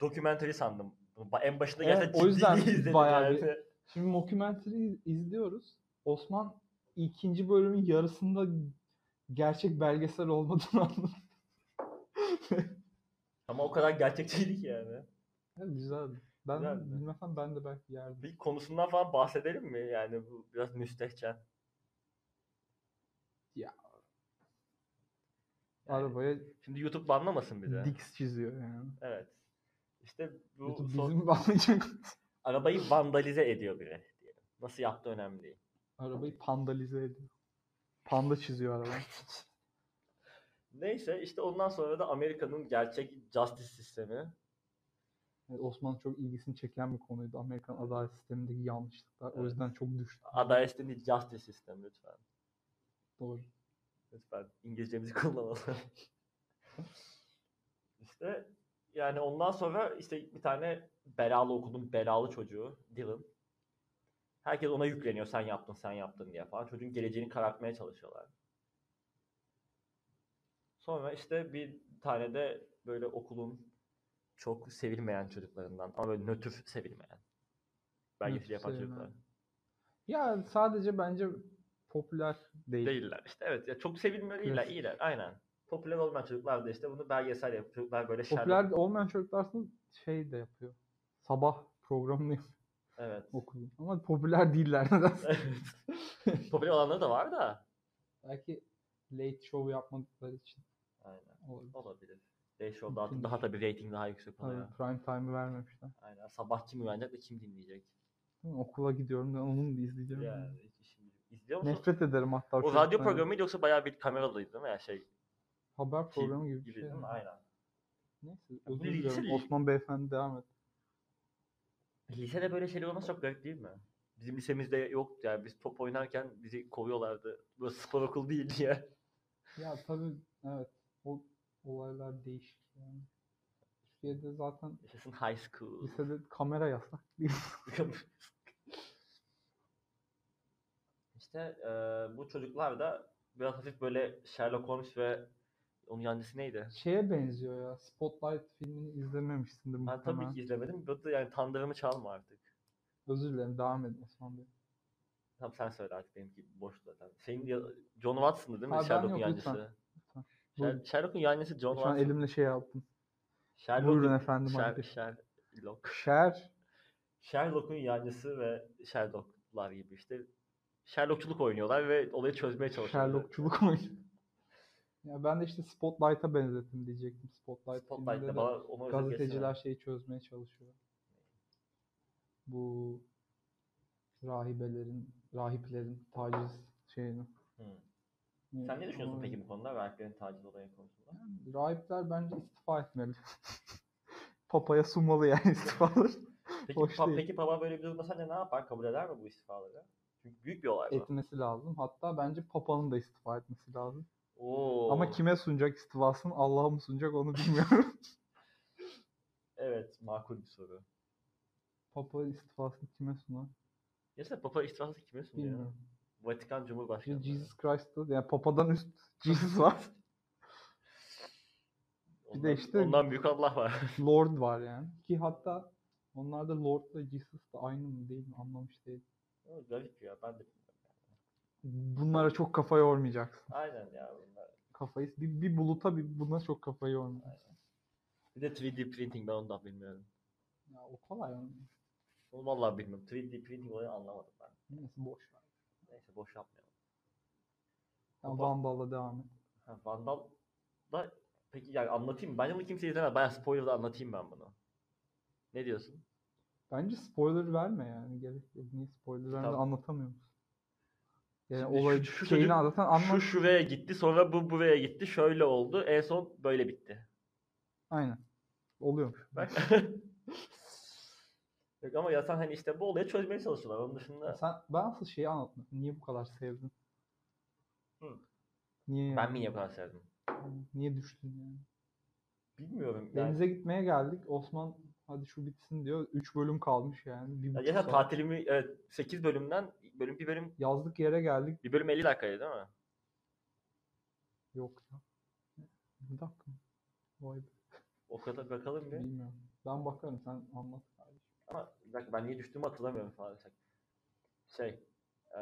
[SPEAKER 2] dokumentari sandım. Ba- En başında
[SPEAKER 1] Evet,
[SPEAKER 2] gerçekten
[SPEAKER 1] o yüzden
[SPEAKER 2] ciddi izledim
[SPEAKER 1] bayağı
[SPEAKER 2] yani.
[SPEAKER 1] Şimdi mockumentary'i izliyoruz. Osman ikinci bölümün yarısında gerçek belgesel olmadığını anladı.
[SPEAKER 2] Ama o kadar gerçekçiydi ki yani.
[SPEAKER 1] Ya, Güzeldi. Ben
[SPEAKER 2] Güzeldi.
[SPEAKER 1] bilmesem ben de belki yerdim.
[SPEAKER 2] Bir konusundan falan bahsedelim mi? Yani bu biraz müstehcen.
[SPEAKER 1] Ya.
[SPEAKER 2] Yani
[SPEAKER 1] Arabaya
[SPEAKER 2] Şimdi YouTube banlamasın bizi.
[SPEAKER 1] dix çiziyor yani.
[SPEAKER 2] Evet. İşte bu
[SPEAKER 1] YouTube
[SPEAKER 2] son-
[SPEAKER 1] bizim bağlayacak.
[SPEAKER 2] arabayı vandalize ediyor biri. Diyelim. Nasıl yaptığı önemli değil.
[SPEAKER 1] Arabayı pandalize ediyor. Panda çiziyor araba.
[SPEAKER 2] Neyse işte ondan sonra da Amerika'nın gerçek justice sistemi.
[SPEAKER 1] Evet, Osman çok ilgisini çeken bir konuydu. Amerikan adalet sistemindeki yanlışlıklar. O
[SPEAKER 2] Evet.
[SPEAKER 1] yüzden çok düştü.
[SPEAKER 2] Adalet değil justice sistemi lütfen.
[SPEAKER 1] Doğru.
[SPEAKER 2] Lütfen İngilizcemizi kullanalım. işte yani ondan sonra işte bir tane belalı okulun belalı çocuğu Dylan. Herkes ona yükleniyor sen yaptın sen yaptın diye falan. Çocuğun geleceğini karartmaya çalışıyorlar. Sonra işte bir tane de böyle okulun çok sevilmeyen çocuklarından ama böyle nötr sevilmeyen.
[SPEAKER 1] Nötr
[SPEAKER 2] Belgesel yapan
[SPEAKER 1] sevilmeyen.
[SPEAKER 2] çocuklar.
[SPEAKER 1] şey Ya sadece bence popüler değil.
[SPEAKER 2] Değiller. İşte evet ya çok sevilmiyor iyiler,
[SPEAKER 1] Klasik.
[SPEAKER 2] iyiler. Aynen. Popüler olmayan çocuklar da işte bunu belgesel yapıyor. Çocuklar böyle şer.
[SPEAKER 1] Popüler olmayan çocuklar aslında şey de yapıyor. Sabah programını yapıyor
[SPEAKER 2] Evet.
[SPEAKER 1] okulun. Ama popüler değiller nedense.
[SPEAKER 2] Evet. popüler olanları da var da.
[SPEAKER 1] Belki late show yapmadıkları için
[SPEAKER 2] Aynen.
[SPEAKER 1] olabilir.
[SPEAKER 2] Olabilir. Day Show daha,
[SPEAKER 1] Mümkün.
[SPEAKER 2] daha tabii rating daha yüksek
[SPEAKER 1] Tabii
[SPEAKER 2] oluyor.
[SPEAKER 1] prime time'ı vermemişler.
[SPEAKER 2] Aynen. Sabah kim uyanacak da kim dinleyecek?
[SPEAKER 1] Değil mi? Okula gidiyorum ben onu da izleyeceğim.
[SPEAKER 2] Yani şimdi izliyor musun?
[SPEAKER 1] Nefret ederim hatta.
[SPEAKER 2] o
[SPEAKER 1] çocuktan.
[SPEAKER 2] radyo programı yoksa bayağı bir kameralıydı değil mi? Yani şey
[SPEAKER 1] Haber programı gibi bir
[SPEAKER 2] gibi
[SPEAKER 1] şey.
[SPEAKER 2] değil mi?
[SPEAKER 1] yani.
[SPEAKER 2] Aynen.
[SPEAKER 1] Neyse
[SPEAKER 2] bu
[SPEAKER 1] özür
[SPEAKER 2] lise
[SPEAKER 1] diliyorum.
[SPEAKER 2] li-
[SPEAKER 1] Osman beyefendi devam et.
[SPEAKER 2] Lisede böyle şeyler olması çok garip değil mi? Bizim lisemizde yoktu yani biz top oynarken bizi kovuyorlardı. Burası spor okul değil diye.
[SPEAKER 1] Ya tabii evet. O olaylar değişik yani. Türkiye'de zaten
[SPEAKER 2] Yaşasın high school.
[SPEAKER 1] lisede kamera yasak değil.
[SPEAKER 2] işte e, bu çocuklar da biraz hafif böyle Sherlock Holmes ve onun yancısı neydi?
[SPEAKER 1] Şeye benziyor ya. Spotlight filmini izlememişsindir
[SPEAKER 2] Ben
[SPEAKER 1] muhtemelen.
[SPEAKER 2] tabii ki izlemedim. Bu da yani tandırımı çalma artık.
[SPEAKER 1] Özür dilerim devam edin Osman Bey.
[SPEAKER 2] Tamam sen söyle artık benimki boş zaten. Senin ya- John Watson'dı değil mi?
[SPEAKER 1] Ha, ben
[SPEAKER 2] Sherlock'un
[SPEAKER 1] yok, lütfen.
[SPEAKER 2] yancısı.
[SPEAKER 1] Lütfen.
[SPEAKER 2] Sher-
[SPEAKER 1] Buyurun.
[SPEAKER 2] Sherlock'un yancısı John
[SPEAKER 1] Şu an
[SPEAKER 2] Watson.
[SPEAKER 1] elimle şey yaptım.
[SPEAKER 2] Sherlock'un-
[SPEAKER 1] Buyurun efendim,
[SPEAKER 2] Sher-
[SPEAKER 1] hadi.
[SPEAKER 2] Sherlock.
[SPEAKER 1] Şer.
[SPEAKER 2] Sherlock'un yancısı ve Sherlock'lar gibi işte. Sherlockçuluk oynuyorlar ve olayı çözmeye çalışıyorlar.
[SPEAKER 1] Sherlockçuluk oynuyor. Ya ben de işte Spotlight'a benzettim diyecektim. Spotlight, filminde
[SPEAKER 2] Spotlight'ta
[SPEAKER 1] de
[SPEAKER 2] bana onu özet geçsene.
[SPEAKER 1] gazeteciler şeyi çözmeye çalışıyor. Bu rahibelerin, rahiplerin taciz şeyini.
[SPEAKER 2] Hı.
[SPEAKER 1] Ne-
[SPEAKER 2] Sen ne düşünüyorsun
[SPEAKER 1] Ama-
[SPEAKER 2] peki bu konuda? Vergilerin taciz olayı konusunda.
[SPEAKER 1] Yani rahipler bence istifa etmeli. Papaya sunmalı yani istifaları.
[SPEAKER 2] Peki,
[SPEAKER 1] Hoş
[SPEAKER 2] pa-
[SPEAKER 1] değil.
[SPEAKER 2] peki Papa böyle bir durumda sence ne yapar? Kabul eder mi bu istifaları? Çünkü büyük bir olay bu.
[SPEAKER 1] etmesi lazım. Hatta bence Papa'nın da istifa etmesi lazım.
[SPEAKER 2] Oo.
[SPEAKER 1] Ama kime sunacak istifasını Allah'a mı sunacak onu bilmiyorum.
[SPEAKER 2] Evet makul bir soru.
[SPEAKER 1] Papa istifasını kime sunar
[SPEAKER 2] Neyse Papa istifası kime sunuyor?
[SPEAKER 1] bilmiyorum.
[SPEAKER 2] Vatikan Cumhurbaşkanı.
[SPEAKER 1] Jesus Christ'ta yani Papa'dan üst Jesus var.
[SPEAKER 2] Ondan,
[SPEAKER 1] de işte-
[SPEAKER 2] ondan büyük Allah var.
[SPEAKER 1] Lord var yani. Ki hatta onlarda Lord'la Jesus da aynı mı değil mi anlamış değil.
[SPEAKER 2] Ama Garip ya ben de.
[SPEAKER 1] Bunlara çok kafa yormayacaksın.
[SPEAKER 2] Aynen ya bunlar.
[SPEAKER 1] Kafayı bir, bir buluta bir buna çok kafa yormayacaksın.
[SPEAKER 2] Bir de 3D printing ben ondan bilmiyorum.
[SPEAKER 1] Ya o kolay yani.
[SPEAKER 2] Onu vallahi bilmiyorum. 3D printing olayı anlamadım ben.
[SPEAKER 1] Neyse boş ver.
[SPEAKER 2] Neyse boş yapmayalım.
[SPEAKER 1] Yani
[SPEAKER 2] Baba-
[SPEAKER 1] Vandal'la devam et.
[SPEAKER 2] Ha, Vandal da peki yani anlatayım mı? Bence bunu kimse izlemez. Bayağı spoiler'da anlatayım ben bunu. Ne diyorsun?
[SPEAKER 1] Bence spoiler verme yani. Gerek yok. Niye spoiler verme
[SPEAKER 2] Tamam.
[SPEAKER 1] anlatamıyor musun? Yani
[SPEAKER 2] Şimdi şu-
[SPEAKER 1] olayı
[SPEAKER 2] şu
[SPEAKER 1] şeyini
[SPEAKER 2] çocuk-
[SPEAKER 1] anlatan anla.
[SPEAKER 2] Şu şuraya gitti sonra bu buraya gitti şöyle oldu en son böyle bitti.
[SPEAKER 1] Aynen. Oluyormuş.
[SPEAKER 2] Bak. Yok ama ya sen hani işte bu olayı çözmeye çalışıyorlar. Onun dışında
[SPEAKER 1] Sen, ben asıl şeyi anlatmadım. Niye bu kadar sevdin?
[SPEAKER 2] Hı.
[SPEAKER 1] Niye?
[SPEAKER 2] ben mi yapar sevdim?
[SPEAKER 1] Niye düştün yani?
[SPEAKER 2] Bilmiyorum. Yani.
[SPEAKER 1] Denize gitmeye geldik. Osman hadi şu bitsin diyor. 3 bölüm kalmış yani. Bir
[SPEAKER 2] Ya
[SPEAKER 1] buçuk
[SPEAKER 2] geçen
[SPEAKER 1] saat.
[SPEAKER 2] tatilimi evet, 8 bölümden bölüm bir bölüm
[SPEAKER 1] Yazlık yere geldik.
[SPEAKER 2] bir bölüm 50 dakikaydı değil mi?
[SPEAKER 1] Yok ya. Bir dakika. Vay be.
[SPEAKER 2] O kadar bakalım bir.
[SPEAKER 1] Bilmiyorum. Ben bakarım sen anlat. kardeşim.
[SPEAKER 2] Ama bir dakika ben niye düştüğümü hatırlamıyorum falan. Şey, eee,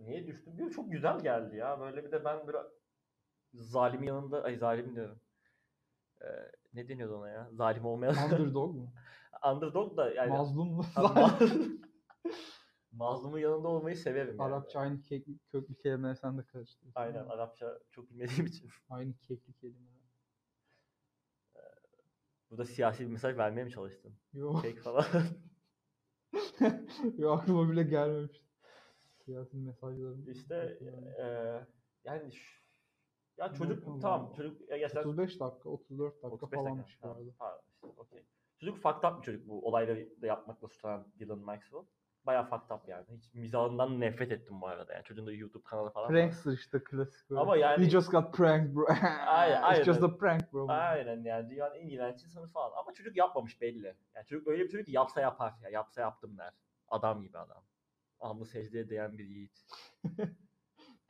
[SPEAKER 2] niye düştüm diyor çok güzel geldi ya. Böyle bir de ben böyle zalimin yanında, ay zalim diyorum. Eee, ne deniyordu ona ya? Zalim olmayan.
[SPEAKER 1] Underdog mu?
[SPEAKER 2] Underdog da yani.
[SPEAKER 1] Mazlum mu?
[SPEAKER 2] Ha, ma- Mazlumun yanında olmayı severim. yani.
[SPEAKER 1] Arapça aynı kek, köklü kelimeler sen de karıştırıyorsun.
[SPEAKER 2] Aynen Arapça çok bilmediğim için.
[SPEAKER 1] Aynı kekli kelimeler.
[SPEAKER 2] Burada siyasi bir mesaj vermeye mi çalıştın?
[SPEAKER 1] Yok.
[SPEAKER 2] Kek falan.
[SPEAKER 1] Yok aklıma bile gelmemişti. Siyasi mesajların.
[SPEAKER 2] işte eee, yani şu- ya
[SPEAKER 1] Ne
[SPEAKER 2] çocuk
[SPEAKER 1] yapalım
[SPEAKER 2] tamam
[SPEAKER 1] ya?
[SPEAKER 2] çocuk ya gerçekten
[SPEAKER 1] 35 dakika, 34 dakika
[SPEAKER 2] 35 dakika.
[SPEAKER 1] falanmış bu
[SPEAKER 2] Tamam,
[SPEAKER 1] arada.
[SPEAKER 2] pardon işte okey. Çocuk fucked up bir çocuk bu olayları da yapmakla tutulan Dylan Maxwell. Bayağı fucked up yani. Hiç mizahından nefret ettim bu arada yani. Çocuğun da YouTube kanalı falan var.
[SPEAKER 1] Prankster işte klasik böyle.
[SPEAKER 2] Ama yani-
[SPEAKER 1] We just got pranked bro.
[SPEAKER 2] Aynen,
[SPEAKER 1] It's just
[SPEAKER 2] aynen.
[SPEAKER 1] a prank bro.
[SPEAKER 2] Aynen yani dünyanın en iğrenç insanı falan. Ama çocuk yapmamış belli. Yani çocuk öyle bir çocuk ki yapsa yapar. Ya yapsa yaptım der. Adam gibi adam. Alnı secdeye değen bir yiğit.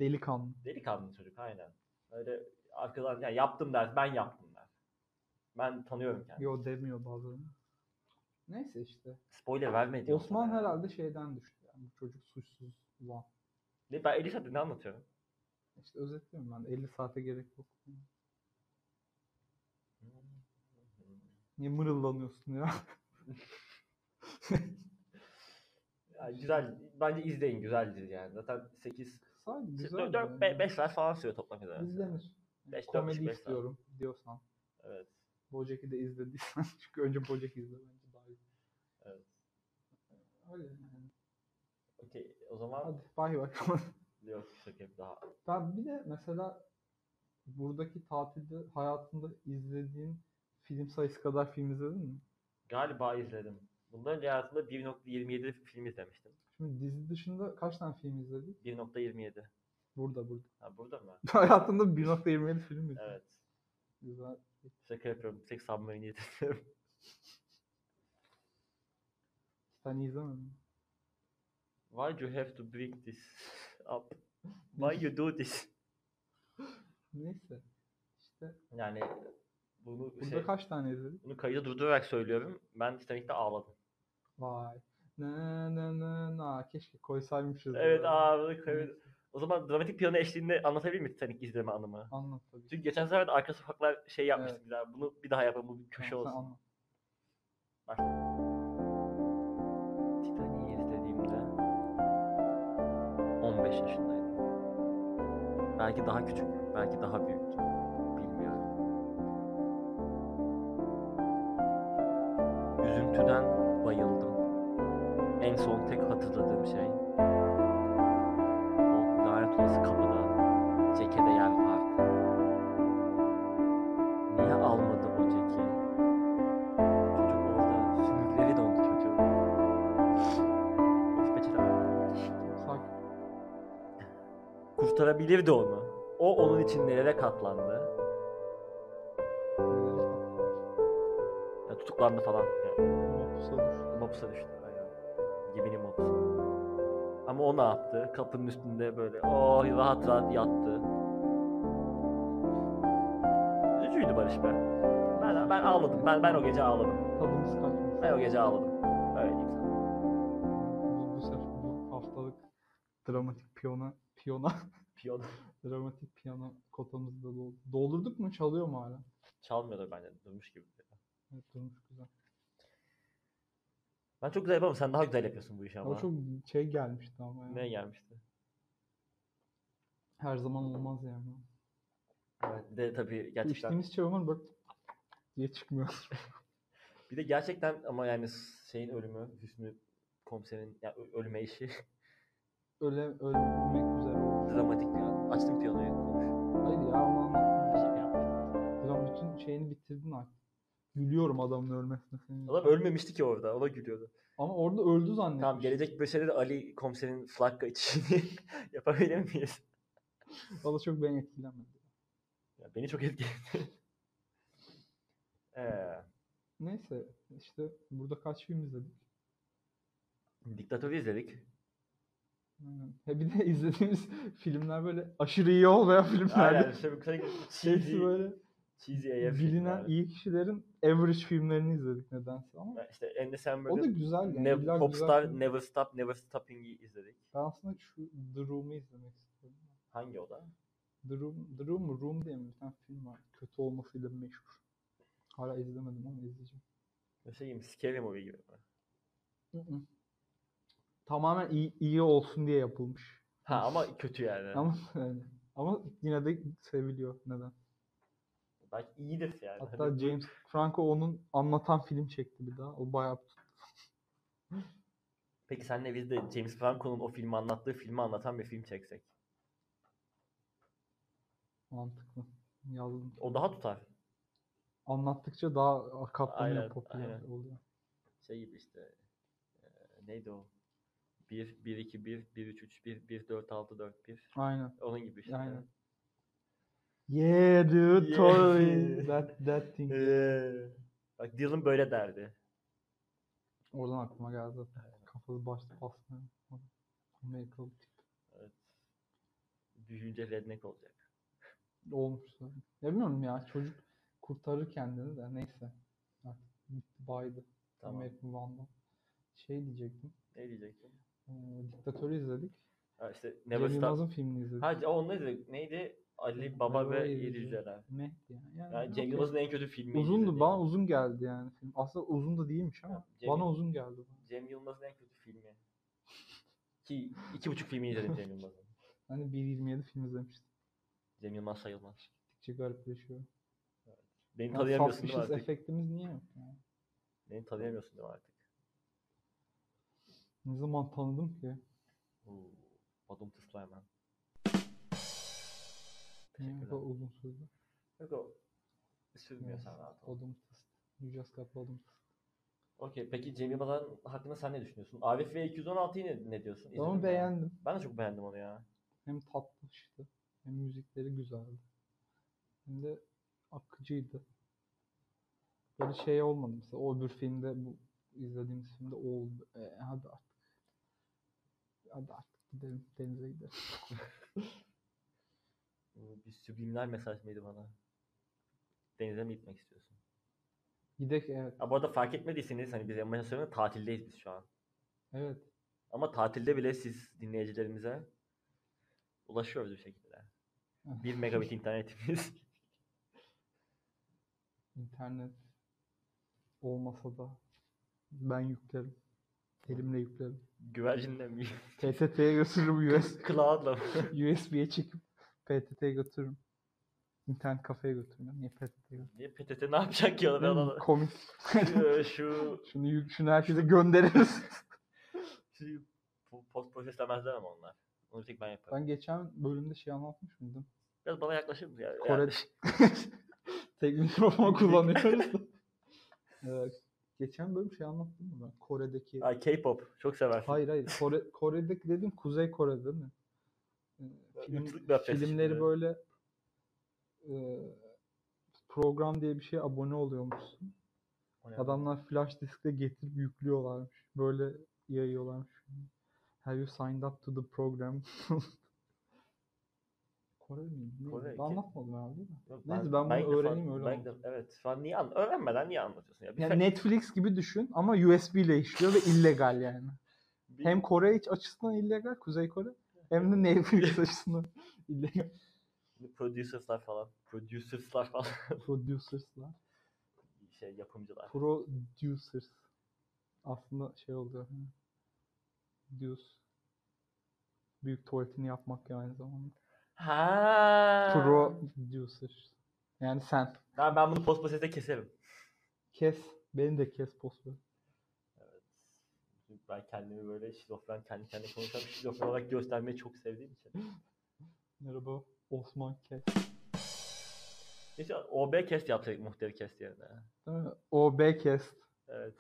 [SPEAKER 1] Delikanlı.
[SPEAKER 2] Delikanlı çocuk aynen. Öyle arkadan ya yaptım der. Ben yaptım der. Ben tanıyorum kendimi.
[SPEAKER 1] Yo demiyor bazen. Neyse işte.
[SPEAKER 2] Spoiler verme diyorum
[SPEAKER 1] Osman
[SPEAKER 2] sana ya.
[SPEAKER 1] herhalde şeyden düştü. Yani bu çocuk suçsuz ulan.
[SPEAKER 2] Ne, ben Elif ne anlatıyorum?
[SPEAKER 1] İşte özetliyorum ben. de, 50 saate gerek yok. Hmm. Niye mırıldanıyorsun ya?
[SPEAKER 2] Ya güzel. Bence izleyin. Güzeldir yani. Zaten 8
[SPEAKER 1] Sadece güzel.
[SPEAKER 2] 4
[SPEAKER 1] yani.
[SPEAKER 2] 5 saat falan sürüyor toplam izlemesi.
[SPEAKER 1] İzlenir.
[SPEAKER 2] Beş, dört,
[SPEAKER 1] Komedi
[SPEAKER 2] beş, beş
[SPEAKER 1] istiyorum diyorsan.
[SPEAKER 2] Evet.
[SPEAKER 1] Bojack'i de izlediysen. Çünkü önce Bojack izle bence daha iyi.
[SPEAKER 2] Evet.
[SPEAKER 1] Öyle yani.
[SPEAKER 2] Okey. O zaman
[SPEAKER 1] Hadi bay bay.
[SPEAKER 2] yok şaka daha.
[SPEAKER 1] ben bir de mesela buradaki tatilde hayatında izlediğin film sayısı kadar film izledin mi?
[SPEAKER 2] Galiba izledim. Bundan önce hayatımda 1.27 film izlemiştim.
[SPEAKER 1] Şimdi dizi dışında kaç tane film izledin?
[SPEAKER 2] 1.27.
[SPEAKER 1] Burada burada.
[SPEAKER 2] Ha burada mı?
[SPEAKER 1] Hayatında 1.27 film izledin.
[SPEAKER 2] Evet.
[SPEAKER 1] Güzel.
[SPEAKER 2] Şaka yapıyorum. Tek Submarine izledim.
[SPEAKER 1] Sen izlemedin mi?
[SPEAKER 2] Why you have to bring this up? Why you do this?
[SPEAKER 1] Neyse. İşte
[SPEAKER 2] Yani bunu
[SPEAKER 1] burada
[SPEAKER 2] şey,
[SPEAKER 1] kaç tane izledin?
[SPEAKER 2] bunu kayıda durdurarak söylüyorum. Ben Titanic'te ağladım.
[SPEAKER 1] Vay. Na na na na. Keşke koysaymışız.
[SPEAKER 2] Evet
[SPEAKER 1] böyle.
[SPEAKER 2] ağladık.
[SPEAKER 1] Evet.
[SPEAKER 2] Evet. O zaman dramatik piyano eşliğinde anlatabilir miyim Titanic izleme anımı?
[SPEAKER 1] Anlat tabii.
[SPEAKER 2] Çünkü geçen sefer de arka sokaklar şey yapmıştık.
[SPEAKER 1] Evet.
[SPEAKER 2] bir daha. Bunu bir daha yapalım. Bu bir
[SPEAKER 1] Tamam,
[SPEAKER 2] köşe
[SPEAKER 1] sen
[SPEAKER 2] olsun.
[SPEAKER 1] anlat.
[SPEAKER 2] Titanic'i izlediğimde 15 yaşındaydım. Belki daha küçük, belki daha büyüktü. Bilmiyorum. Üzüntüden bayıldım. En son tek hatırladığım şey o lanet olası kapıda cekede yer vardı. Niye almadım o ceki? Çocuk orada sümükleri dondu çocuğun. Üç peçete.
[SPEAKER 1] Sakin.
[SPEAKER 2] Kurtarabilirdi onu. O onun için nelere katlandı. Ya tutuklandı falan. Yani, mapusa düştü. Aynen. Geminin mapusa. Ama o ne yaptı? Kapının üstünde böyle oh rahat rahat yattı. Üzücüydü Barış be. Ben, ben ağladım. Ben, ben o gece ağladım.
[SPEAKER 1] Tadımız kaçmasın.
[SPEAKER 2] Ben o gece ağladım. Öyle diyeyim sana.
[SPEAKER 1] Bu, bu sefer bu haftalık dramatik piyona piyona
[SPEAKER 2] Piyon
[SPEAKER 1] dramatik piyano kotamızı da doldu- doldurduk mu? Çalıyor mu hala?
[SPEAKER 2] çalmıyordur bence. Durmuş gibi.
[SPEAKER 1] Evet, durmuş güzel.
[SPEAKER 2] Ben çok güzel yapamam. Sen daha güzel yapıyorsun bu işi ama.
[SPEAKER 1] Ama çok şey gelmişti ama yani.
[SPEAKER 2] Ne gelmişti?
[SPEAKER 1] Her zaman olmaz yani.
[SPEAKER 2] Evet. Bir de tabii
[SPEAKER 1] Bu
[SPEAKER 2] gerçekten.
[SPEAKER 1] İçtiğimiz çay umarım bak diye çıkmıyor.
[SPEAKER 2] Bir de gerçekten ama yani s- şeyin ölümü, Hüsnü komiserin ya ö- ölme işi
[SPEAKER 1] Öyle ölmek üzere oldu.
[SPEAKER 2] dramatikti ya. Açtım piyanoyu. konuş.
[SPEAKER 1] Hayır ya onu anlattın.
[SPEAKER 2] Şaka yapmıştım.
[SPEAKER 1] Ulan bütün şeyini bitirdin artık. Gülüyorum adamın ölmesine. senin.
[SPEAKER 2] Adam ölmemişti ki orada. O da gülüyordu.
[SPEAKER 1] Ama orada öldü zannettim.
[SPEAKER 2] Tamam gelecek bölümde de Ali komiserin flakka içini yapabilir miyiz?
[SPEAKER 1] Valla çok beni etkilenmedi.
[SPEAKER 2] Ya beni çok etkiledi. ee,
[SPEAKER 1] Neyse işte burada kaç film izledik.
[SPEAKER 2] diktatörü izledik.
[SPEAKER 1] Aynen. He bir de izlediğimiz filmler böyle aşırı iyi olmayan
[SPEAKER 2] Aynen.
[SPEAKER 1] filmlerdi.
[SPEAKER 2] Şey, şey,
[SPEAKER 1] Hepsi
[SPEAKER 2] cheesy,
[SPEAKER 1] böyle
[SPEAKER 2] cheesy AF
[SPEAKER 1] bilinen
[SPEAKER 2] filmler.
[SPEAKER 1] iyi kişilerin average filmlerini izledik nedense ama
[SPEAKER 2] Ya İşte Andy Samberg'ın
[SPEAKER 1] o da güzel yani.
[SPEAKER 2] Ne-
[SPEAKER 1] illa güzel
[SPEAKER 2] Popstar
[SPEAKER 1] film.
[SPEAKER 2] Never Stop Never Stopping'i izledik.
[SPEAKER 1] Ben aslında şu The Room'u izlemek istiyorum.
[SPEAKER 2] Hangi o da?
[SPEAKER 1] The Room, The Room mu? Room diye mi bir tane film var. Kötü olmasıyla meşhur. Hala izlemedim ama izleyeceğim.
[SPEAKER 2] Şey gibi, Scary Movie gibi mi?
[SPEAKER 1] Hı hı. Tamamen iyi, iyi olsun diye yapılmış.
[SPEAKER 2] Ha ama kötü yani.
[SPEAKER 1] Ama yani, ama yine de seviliyor neden?
[SPEAKER 2] Belki iyidir yani.
[SPEAKER 1] Hatta
[SPEAKER 2] Hani
[SPEAKER 1] James Franco onun anlatan film çekti bir daha. O bayağı
[SPEAKER 2] Peki senle biz de James Franco'nun o filmi anlattığı filmi anlatan bir film çeksek.
[SPEAKER 1] mantıklı. Yazdım.
[SPEAKER 2] O daha tutar.
[SPEAKER 1] Anlattıkça daha katlanıyor
[SPEAKER 2] Aynen,
[SPEAKER 1] popüler
[SPEAKER 2] aynen.
[SPEAKER 1] oluyor.
[SPEAKER 2] Şey gibi işte. e, neydi o? 1, 1, 2, 1, 1, 3, 3, 1, 1, 4, 6, 4, 1.
[SPEAKER 1] Aynen.
[SPEAKER 2] Onun gibi işte.
[SPEAKER 1] Aynen. Yeah dude
[SPEAKER 2] Yeah.
[SPEAKER 1] totally that, that thing.
[SPEAKER 2] Ee, Bak Dylan böyle derdi.
[SPEAKER 1] Oradan aklıma geldi zaten. Kafası başta basmıyor. Amerikalı tip.
[SPEAKER 2] Evet. Büyüyünce redneck olacak.
[SPEAKER 1] olmuş zaten. Ya bilmiyorum ya çocuk kurtarır kendini de neyse. Artık gitti baydı.
[SPEAKER 2] Tamam.
[SPEAKER 1] American Van'dan. Şey diyecektim.
[SPEAKER 2] Ne diyecektim?
[SPEAKER 1] Ee, diktatörü izledik.
[SPEAKER 2] Ha işte Never
[SPEAKER 1] Cem
[SPEAKER 2] Stop.
[SPEAKER 1] Yılmaz'ın filmini izledik.
[SPEAKER 2] Ha onda izledik. Neydi? Ali Baba
[SPEAKER 1] Ali Baba
[SPEAKER 2] ve
[SPEAKER 1] Yedi
[SPEAKER 2] Yedi
[SPEAKER 1] Cüceler.
[SPEAKER 2] Cüceler.
[SPEAKER 1] Mehdi yani. Yani
[SPEAKER 2] Yani Cem
[SPEAKER 1] okey.
[SPEAKER 2] Yılmaz'ın en kötü filmi.
[SPEAKER 1] Uzundu.
[SPEAKER 2] izlediğim.
[SPEAKER 1] Bana uzun geldi yani film. Aslında uzun da değilmiş ama
[SPEAKER 2] Ha, Cem-
[SPEAKER 1] bana uzun geldi. bu.
[SPEAKER 2] Cem Yılmaz'ın en kötü filmi. Ki iki buçuk filmi izledim Cem Yılmaz'ın.
[SPEAKER 1] Hani 1.27 film izlemiştik.
[SPEAKER 2] Cem Yılmaz sayılmaz.
[SPEAKER 1] Gittikçe garipleşiyor.
[SPEAKER 2] Beni
[SPEAKER 1] Yani
[SPEAKER 2] tanıyamıyorsun değil mi
[SPEAKER 1] sapmışız,
[SPEAKER 2] artık?
[SPEAKER 1] efektimiz niye yok yani?
[SPEAKER 2] Beni tanıyamıyorsun değil mi artık?
[SPEAKER 1] Ne zaman tanıdım ki?
[SPEAKER 2] Oo, Badum tısla hemen.
[SPEAKER 1] Niye Hmm, bu Hmm.
[SPEAKER 2] Teşekkürler.
[SPEAKER 1] kadar uzun sürdü?
[SPEAKER 2] Yok o. Sürmüyor
[SPEAKER 1] Neyse,
[SPEAKER 2] sen rahat ol.
[SPEAKER 1] Odum tıst. Yüceğiz kapı odum tıst.
[SPEAKER 2] Okey peki Cem Yılmaz'ın hakkında sen ne düşünüyorsun? Arif ve 216'yı ne, ne diyorsun?
[SPEAKER 1] Ben onu
[SPEAKER 2] İzledin mi?
[SPEAKER 1] beğendim.
[SPEAKER 2] Ben de çok beğendim onu ya.
[SPEAKER 1] Hem tatlıştı, hem müzikleri güzeldi. Hem de akıcıydı. Böyle şey olmadı mesela. O öbür filmde, bu izlediğimiz filmde o oldu. E, hadi artık. Hadi artık gidelim, denize gidelim.
[SPEAKER 2] Bu Bir sübliminal mesaj mıydı bana? Denize mi gitmek istiyorsun?
[SPEAKER 1] Gidek evet.
[SPEAKER 2] Ha, bu arada fark etmediyseniz hani biz en başta söyledim ya, tatildeyiz biz şu an.
[SPEAKER 1] Evet.
[SPEAKER 2] Ama tatilde bile siz dinleyicilerimize ulaşıyoruz bir şekilde. Bir megabit internetimiz.
[SPEAKER 1] İnternet olmasa da ben yüklerim. Elimle yüklerim.
[SPEAKER 2] Güvercinle mi?
[SPEAKER 1] PTT'ye götürürüm USB.
[SPEAKER 2] Cloud'la mı?
[SPEAKER 1] USB'ye çekip PTT'ye götürürüm. İnternet kafeye götürürüm. Niye PTT'ye götürürüm?
[SPEAKER 2] Niye PTT ne yapacak ki? Ben
[SPEAKER 1] Değil mi?
[SPEAKER 2] ona-
[SPEAKER 1] Komik.
[SPEAKER 2] şu, şu,
[SPEAKER 1] Şunu, yük- şunu herkese göndeririz.
[SPEAKER 2] şu po- post proseslemezler ama onlar. Onu bir tek ben yaparım.
[SPEAKER 1] ben geçen bölümde şey anlatmış mıydım?
[SPEAKER 2] Biraz bana yaklaşır mısın? Yani,
[SPEAKER 1] Kore... Tek mikrofon kullanıyoruz da. Ee, geçen bölüm şey anlattım mı ben? Kore'deki...
[SPEAKER 2] Ay, K-pop. Çok seversin.
[SPEAKER 1] Hayır hayır. Kore, Kore'deki dedim Kuzey Kore değil mi? e,
[SPEAKER 2] Ya,
[SPEAKER 1] film-
[SPEAKER 2] üçlük bir ateş
[SPEAKER 1] filmleri
[SPEAKER 2] şimdi.
[SPEAKER 1] böyle e, program diye bir şeye abone oluyormuşsun.
[SPEAKER 2] O ne?
[SPEAKER 1] Adamlar flash diskte getirip yüklüyorlarmış. Böyle yayıyorlarmış. Have you signed up to the program? Kore miydi? neydi?
[SPEAKER 2] Kore,
[SPEAKER 1] Ben
[SPEAKER 2] ki-
[SPEAKER 1] anlatmadım herhalde değil mi?
[SPEAKER 2] Yok,
[SPEAKER 1] Neyse, ben bunu
[SPEAKER 2] ilk defa-
[SPEAKER 1] öğreneyim, öyle
[SPEAKER 2] ben ilk defa- Evet. Şu an niye an- öğrenmeden niye anlatıyorsun? Ya? Bir
[SPEAKER 1] Yani
[SPEAKER 2] tek-
[SPEAKER 1] Netflix gibi düşün ama USB ile işliyor ve illegal yani.
[SPEAKER 2] bir-
[SPEAKER 1] Hem Kore iç açısından illegal, Kuzey Kore. Hem de Netflix açısından illegal.
[SPEAKER 2] producers'lar falan. Producers'lar falan.
[SPEAKER 1] Producers'lar.
[SPEAKER 2] şey yapımcılar.
[SPEAKER 1] Producers. Aslında şey oluyor. Hı. Deuce. Büyük tuvaletini yapmak ya aynı zamanda.
[SPEAKER 2] Ha.
[SPEAKER 1] Producers. Yani sen.
[SPEAKER 2] Ha, ben bunu post proseste keserim.
[SPEAKER 1] Kes. Beni de kes postu.
[SPEAKER 2] Ben kendimi böyle şizofren, kendi kendime konuşan bir şizofren olarak göstermeyi çok sevdiğim için.
[SPEAKER 1] Merhaba. Osman Kes.
[SPEAKER 2] Neyse OB kest yapacak muhteri kest yerine.
[SPEAKER 1] Değil mi? OB Kes.
[SPEAKER 2] Evet.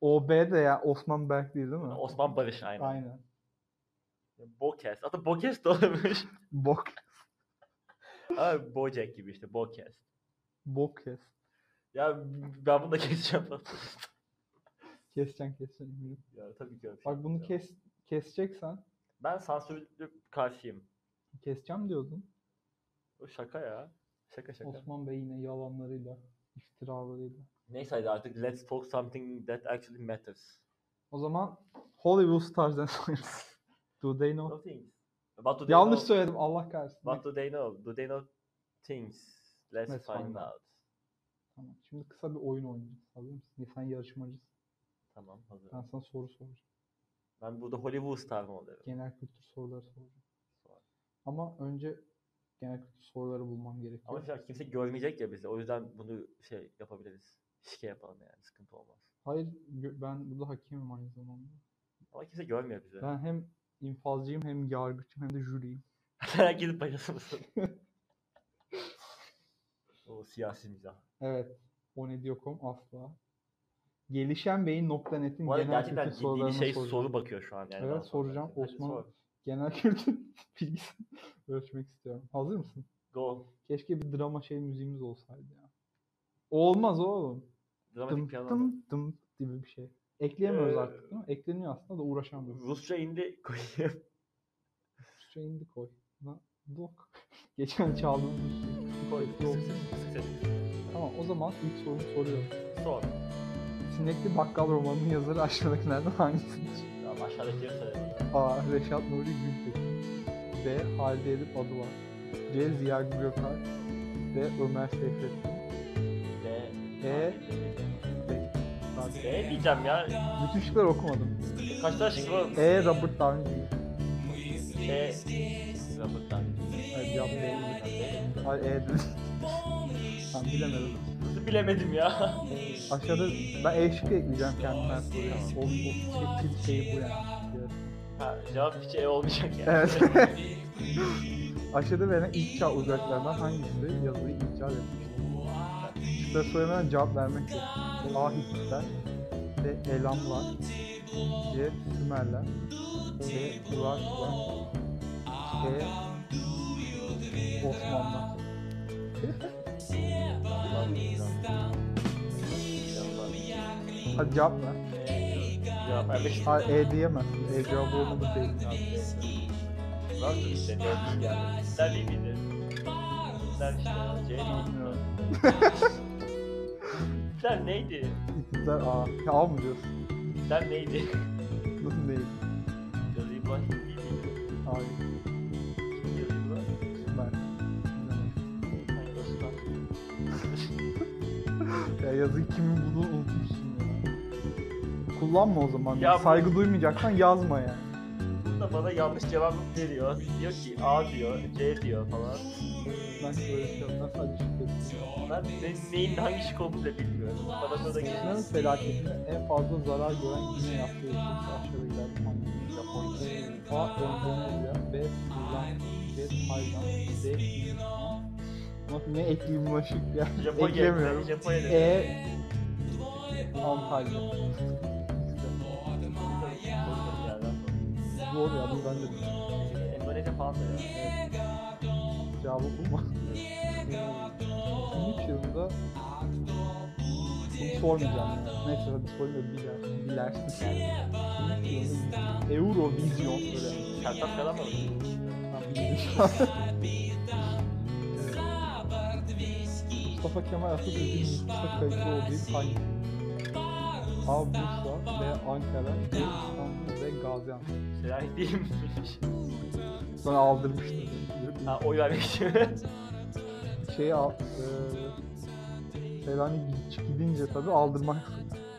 [SPEAKER 1] OB de ya Osman Berk değil değil mi?
[SPEAKER 2] Osman Barış aynı.
[SPEAKER 1] Aynen.
[SPEAKER 2] Bokest. Hatta Bokest de olabilir.
[SPEAKER 1] Bok.
[SPEAKER 2] Abi Bojack gibi işte Bokest.
[SPEAKER 1] Bok Kes.
[SPEAKER 2] Ya ben bunu da keseceğim.
[SPEAKER 1] Keseceksin keseceksin. eminim.
[SPEAKER 2] ya tabii ki öyle bir şey
[SPEAKER 1] Bak bunu
[SPEAKER 2] yapacağım.
[SPEAKER 1] kes keseceksen
[SPEAKER 2] Ben sansürlü karşıyım.
[SPEAKER 1] keseceğim diyordun.
[SPEAKER 2] O şaka ya. Şaka şaka.
[SPEAKER 1] Osman Bey yine yalanlarıyla, iftiralarıyla.
[SPEAKER 2] Neyse hadi artık let's talk something that actually matters.
[SPEAKER 1] O zaman Hollywood stars'dan soruyoruz. Do they know?
[SPEAKER 2] No things. What do they
[SPEAKER 1] Yanlış
[SPEAKER 2] know?
[SPEAKER 1] söyledim Allah kahretsin.
[SPEAKER 2] What do they know? Do they know things? Let's,
[SPEAKER 1] Let's
[SPEAKER 2] find,
[SPEAKER 1] find
[SPEAKER 2] out.
[SPEAKER 1] Tamam. Şimdi kısa bir oyun oynayacağız. Hazır mısın? Sen yarışmacısın.
[SPEAKER 2] Tamam hazır.
[SPEAKER 1] Ben sana soru soracağım.
[SPEAKER 2] Ben burada Hollywood star mı oluyorum?
[SPEAKER 1] Genel kültür soruları soracağım.
[SPEAKER 2] Sor.
[SPEAKER 1] Ama önce genel kültür soruları bulmam gerekiyor.
[SPEAKER 2] Ama şu an kimse görmeyecek ya bizi. O yüzden bunu şey yapabiliriz. Şike yapalım yani. Sıkıntı olmaz.
[SPEAKER 1] Hayır gö- ben burada hakemim aynı zamanda.
[SPEAKER 2] Ama kimse görmüyor bizi.
[SPEAKER 1] Ben hem infazcıyım hem yargıçım hem de jüriyim.
[SPEAKER 2] Herkesin paşası mısın? o siyasi mizah.
[SPEAKER 1] Evet. O ne diyor.com asla. Gelişen Bey'in nokta.net'in
[SPEAKER 2] Bu arada
[SPEAKER 1] genel
[SPEAKER 2] gerçekten
[SPEAKER 1] kültür
[SPEAKER 2] ciddi bir
[SPEAKER 1] sorularını
[SPEAKER 2] şey
[SPEAKER 1] soracağım.
[SPEAKER 2] soru bakıyor şu an. Yani
[SPEAKER 1] Evet,
[SPEAKER 2] bana sorarken.
[SPEAKER 1] soracağım.
[SPEAKER 2] Hadi
[SPEAKER 1] Osman-
[SPEAKER 2] sor.
[SPEAKER 1] genel kültür bilgisini ölçmek istiyorum. Hazır mısın?
[SPEAKER 2] Go.
[SPEAKER 1] Keşke bir drama şey müziğimiz olsaydı ya. Olmaz oğlum.
[SPEAKER 2] Dramatik
[SPEAKER 1] Dım
[SPEAKER 2] piyano.
[SPEAKER 1] dım dım gibi bir şey. Ekleyemiyoruz
[SPEAKER 2] Ee,
[SPEAKER 1] artık değil mi? Ekleniyor aslında da uğraşamıyoruz.
[SPEAKER 2] Rusça indi koyayım.
[SPEAKER 1] Rusça indi koy. Na, dok. Geçen çaldığımız Rusça
[SPEAKER 2] Koy.
[SPEAKER 1] indi koy. Tamam o zaman ilk sorumu soruyorum.
[SPEAKER 2] Sor.
[SPEAKER 1] Sinekli Bakkal romanının yazarı aşağıdakilerden hangisidir?
[SPEAKER 2] Tamam aşağıdaki yere
[SPEAKER 1] A. Reşat Nuri Gültekin B. Halide Edip Adıvar C. Ziya Gökalp D. Ömer Seyfettin
[SPEAKER 2] D.
[SPEAKER 1] E.
[SPEAKER 2] D E, diyeceğim ya.
[SPEAKER 1] Bütün şıkları okumadım.
[SPEAKER 2] Kaç tane şık var?
[SPEAKER 1] E. Robert Downey Jr.
[SPEAKER 2] E. Robot'tan.
[SPEAKER 1] Hayır cevap değil. Hayır E dedim. Ben bilemedim.
[SPEAKER 2] Nasıl bilemedim ya?
[SPEAKER 1] Aşağıda ben E şıkkı ekleyeceğim kendime soruya. O, o şey, pil şeyi bu yani.
[SPEAKER 2] Ha, cevap hiç E olmayacak yani.
[SPEAKER 1] Evet. Aşağıda verilen ilk çağ uzaklardan hangisi yazıyı icat etmiştir? Şıkları söylemeden cevap vermek yok. A. Hititler B. Elamlar C. Sümerler D. Urartular E. Osmanlılar Hadi cevap ver.
[SPEAKER 2] E, Cevap vermiş.
[SPEAKER 1] Hayır E diyemez. E cevabı olmadı değil.
[SPEAKER 2] Nasıl işte dördün geldi. Sen iyi miydin? Sen işte C
[SPEAKER 1] Bilmiyorum.
[SPEAKER 2] Sen neydi?
[SPEAKER 1] Hititler A. Ya A mı diyorsun?
[SPEAKER 2] Sen neydi?
[SPEAKER 1] Nasıl değil?
[SPEAKER 2] Yazıyı bulan kim değil miydi?
[SPEAKER 1] Hayır.
[SPEAKER 2] Kim yazıyı bulan?
[SPEAKER 1] Sümer.
[SPEAKER 2] Hangi Osman?
[SPEAKER 1] Ya yazık kimin bunu unutmuşsun ya. Kullanma o zaman.
[SPEAKER 2] Ya bu-
[SPEAKER 1] Saygı duymayacaksan yazma yani.
[SPEAKER 2] Bu da bana yanlış cevabı veriyor. Diyor ki A diyor, C diyor falan.
[SPEAKER 1] Ben böyle şey yapmam. Sadece şükür.
[SPEAKER 2] Ben ne- neyin hangi şık olduğunu da bilmiyorum. Bana böyle geliyor.
[SPEAKER 1] Dünyanın felaketinde en fazla zarar gören yine yaptığı için aşağıda giderken Japonya, şey A. Endonezya, B. Sudan, C. Tayland, D. Hindistan. Bak ne ekleyeyim bulaşık ya.
[SPEAKER 2] Japonya,
[SPEAKER 1] Eklemiyorum.
[SPEAKER 2] Japonya dedi.
[SPEAKER 1] E. Antalya.
[SPEAKER 2] Yani.
[SPEAKER 1] Zor ya bunu ben de bilmiyorum.
[SPEAKER 2] En Venezia falan da ya.
[SPEAKER 1] Cevabı bu mu? 23 yılında bunu sormayacağım. ya. Neyse hadi sorayım da biler, bilersin. Yani. 23 yılında Eurovision böyle.
[SPEAKER 2] Sertaç Kalan mı?
[SPEAKER 1] Ben bilmiyorum. Mustafa Kemal Atatürk'ün Mustafa kayıtlı olduğu hangi? A. Bursa, B. Ankara, C. İstanbul, D. Gaziantep.
[SPEAKER 2] Selanik değil mi?
[SPEAKER 1] Sonra aldırmıştı.
[SPEAKER 2] ha oy vermek için.
[SPEAKER 1] Şeyi şey al... E, Selanik gidince tabii aldırmak,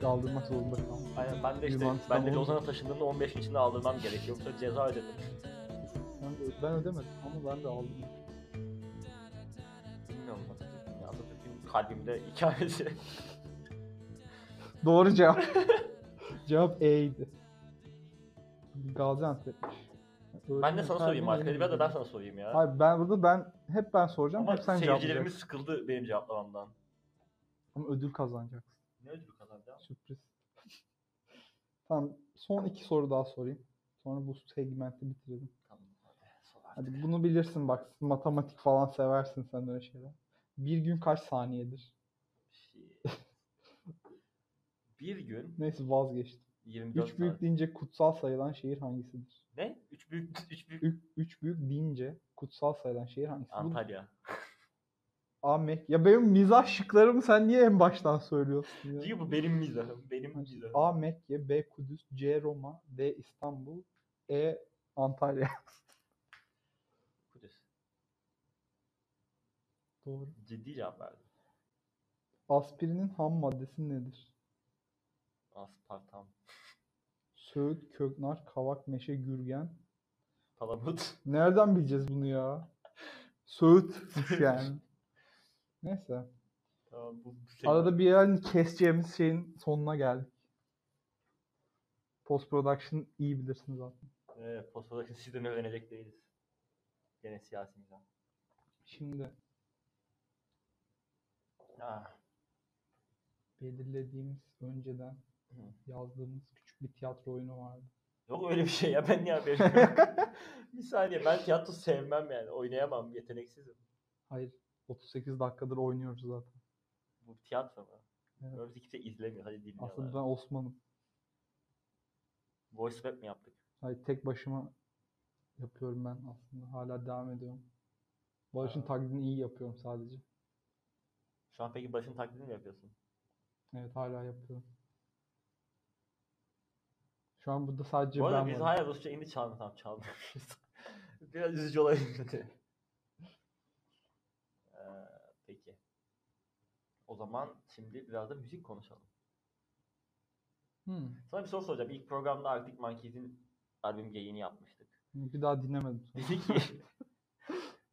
[SPEAKER 1] aldırmak zorunda kaldım.
[SPEAKER 2] Aynen ben de işte
[SPEAKER 1] Yunanistan
[SPEAKER 2] ben de
[SPEAKER 1] olur.
[SPEAKER 2] Lozan'a taşındığımda 15 gün içinde aldırmam gerek. Yoksa ceza ödedim.
[SPEAKER 1] Ben, ben ödemedim ama ben de aldım.
[SPEAKER 2] Bilmiyorum. Atatürk'ün- ya Atatürk'ün kalbimde ikamesi.
[SPEAKER 1] Doğru cevap. cevap E'ydi. Gaziantep'miş.
[SPEAKER 2] ben de sana sorayım artık. Hadi
[SPEAKER 1] Öğretmenin
[SPEAKER 2] ben de ben
[SPEAKER 1] kalbini
[SPEAKER 2] sana sorayım ya.
[SPEAKER 1] Hayır ben burada ben hep ben soracağım.
[SPEAKER 2] Ama
[SPEAKER 1] hep sen
[SPEAKER 2] seyircilerimiz
[SPEAKER 1] cevaplayacaksın.
[SPEAKER 2] sıkıldı benim cevaplamamdan.
[SPEAKER 1] Ama ödül kazanacaksın.
[SPEAKER 2] Ne ödül kazandı ya?
[SPEAKER 1] Sürpriz. tamam son iki soru daha sorayım. Sonra bu segmenti bitirelim.
[SPEAKER 2] Tamam hadi. Sor artık.
[SPEAKER 1] Hadi bunu bilirsin bak. Matematik falan seversin sen öyle şeyler. Bir gün kaç saniyedir?
[SPEAKER 2] şey. Bir gün
[SPEAKER 1] Neyse vazgeçtim.
[SPEAKER 2] 24
[SPEAKER 1] Üç büyük
[SPEAKER 2] saat.
[SPEAKER 1] deyince kutsal sayılan şehir hangisidir?
[SPEAKER 2] Ne? Üç büyük, üç büyük.
[SPEAKER 1] Üç, üç büyük deyince kutsal sayılan şehir hangisidir? Bu
[SPEAKER 2] Antalya.
[SPEAKER 1] A Mek- Ya benim mizah şıklarımı sen niye en baştan söylüyorsun ya?
[SPEAKER 2] Çünkü bu benim mizahım. Benim mizahım.
[SPEAKER 1] A Mekke, B Kudüs, C Roma, D İstanbul, E Antalya.
[SPEAKER 2] Kudüs.
[SPEAKER 1] Doğru.
[SPEAKER 2] Ciddi cevap verdim.
[SPEAKER 1] Aspirinin ham maddesi nedir?
[SPEAKER 2] Aspartam.
[SPEAKER 1] Söğüt, köknar, kavak, meşe, gürgen.
[SPEAKER 2] Palamut.
[SPEAKER 1] Nereden bileceğiz bunu ya? Söğüt yani. Neyse.
[SPEAKER 2] Tamam bu, bu şey-
[SPEAKER 1] Arada bir yerini keseceğimiz şeyin sonuna geldik. Post production iyi bilirsiniz zaten.
[SPEAKER 2] Ee, Postadaki sizden öğrenecek değiliz. Gene siyasi mizah.
[SPEAKER 1] Şimdi
[SPEAKER 2] Ah.
[SPEAKER 1] belirlediğimiz önceden
[SPEAKER 2] Hı.
[SPEAKER 1] yazdığımız küçük bir tiyatro oyunu vardı.
[SPEAKER 2] Yok öyle bir şey ya ben niye haberim yok. bir saniye ben tiyatro sevmem yani oynayamam yeteneksizim.
[SPEAKER 1] Hayır 38 dakikadır oynuyoruz zaten.
[SPEAKER 2] Bu tiyatro mu?
[SPEAKER 1] Evet.
[SPEAKER 2] Öyle kimse izlemiyor hadi
[SPEAKER 1] Aslında
[SPEAKER 2] dinliyorlar.
[SPEAKER 1] ben Osman'ım.
[SPEAKER 2] Voice rap mi yaptık?
[SPEAKER 1] Hayır tek başıma yapıyorum ben aslında. Hala devam ediyorum. Barış'ın
[SPEAKER 2] Ha.
[SPEAKER 1] taklidini iyi yapıyorum sadece.
[SPEAKER 2] Şu an peki başın taklidini mi yapıyorsun?
[SPEAKER 1] Evet hala yapıyorum. Şu an burada sadece
[SPEAKER 2] Bu
[SPEAKER 1] ben
[SPEAKER 2] arada biz
[SPEAKER 1] varım.
[SPEAKER 2] hala Rusça indi çalmıyor tamam çalmıyoruz. Biraz üzücü olabilir. ee, peki. O zaman şimdi biraz da müzik konuşalım.
[SPEAKER 1] Hmm.
[SPEAKER 2] Sana bir soru soracağım. İlk programda Arctic Monkeys'in albüm yayını yapmıştık.
[SPEAKER 1] Hmm, Bir daha dinlemedim.
[SPEAKER 2] Dedi ki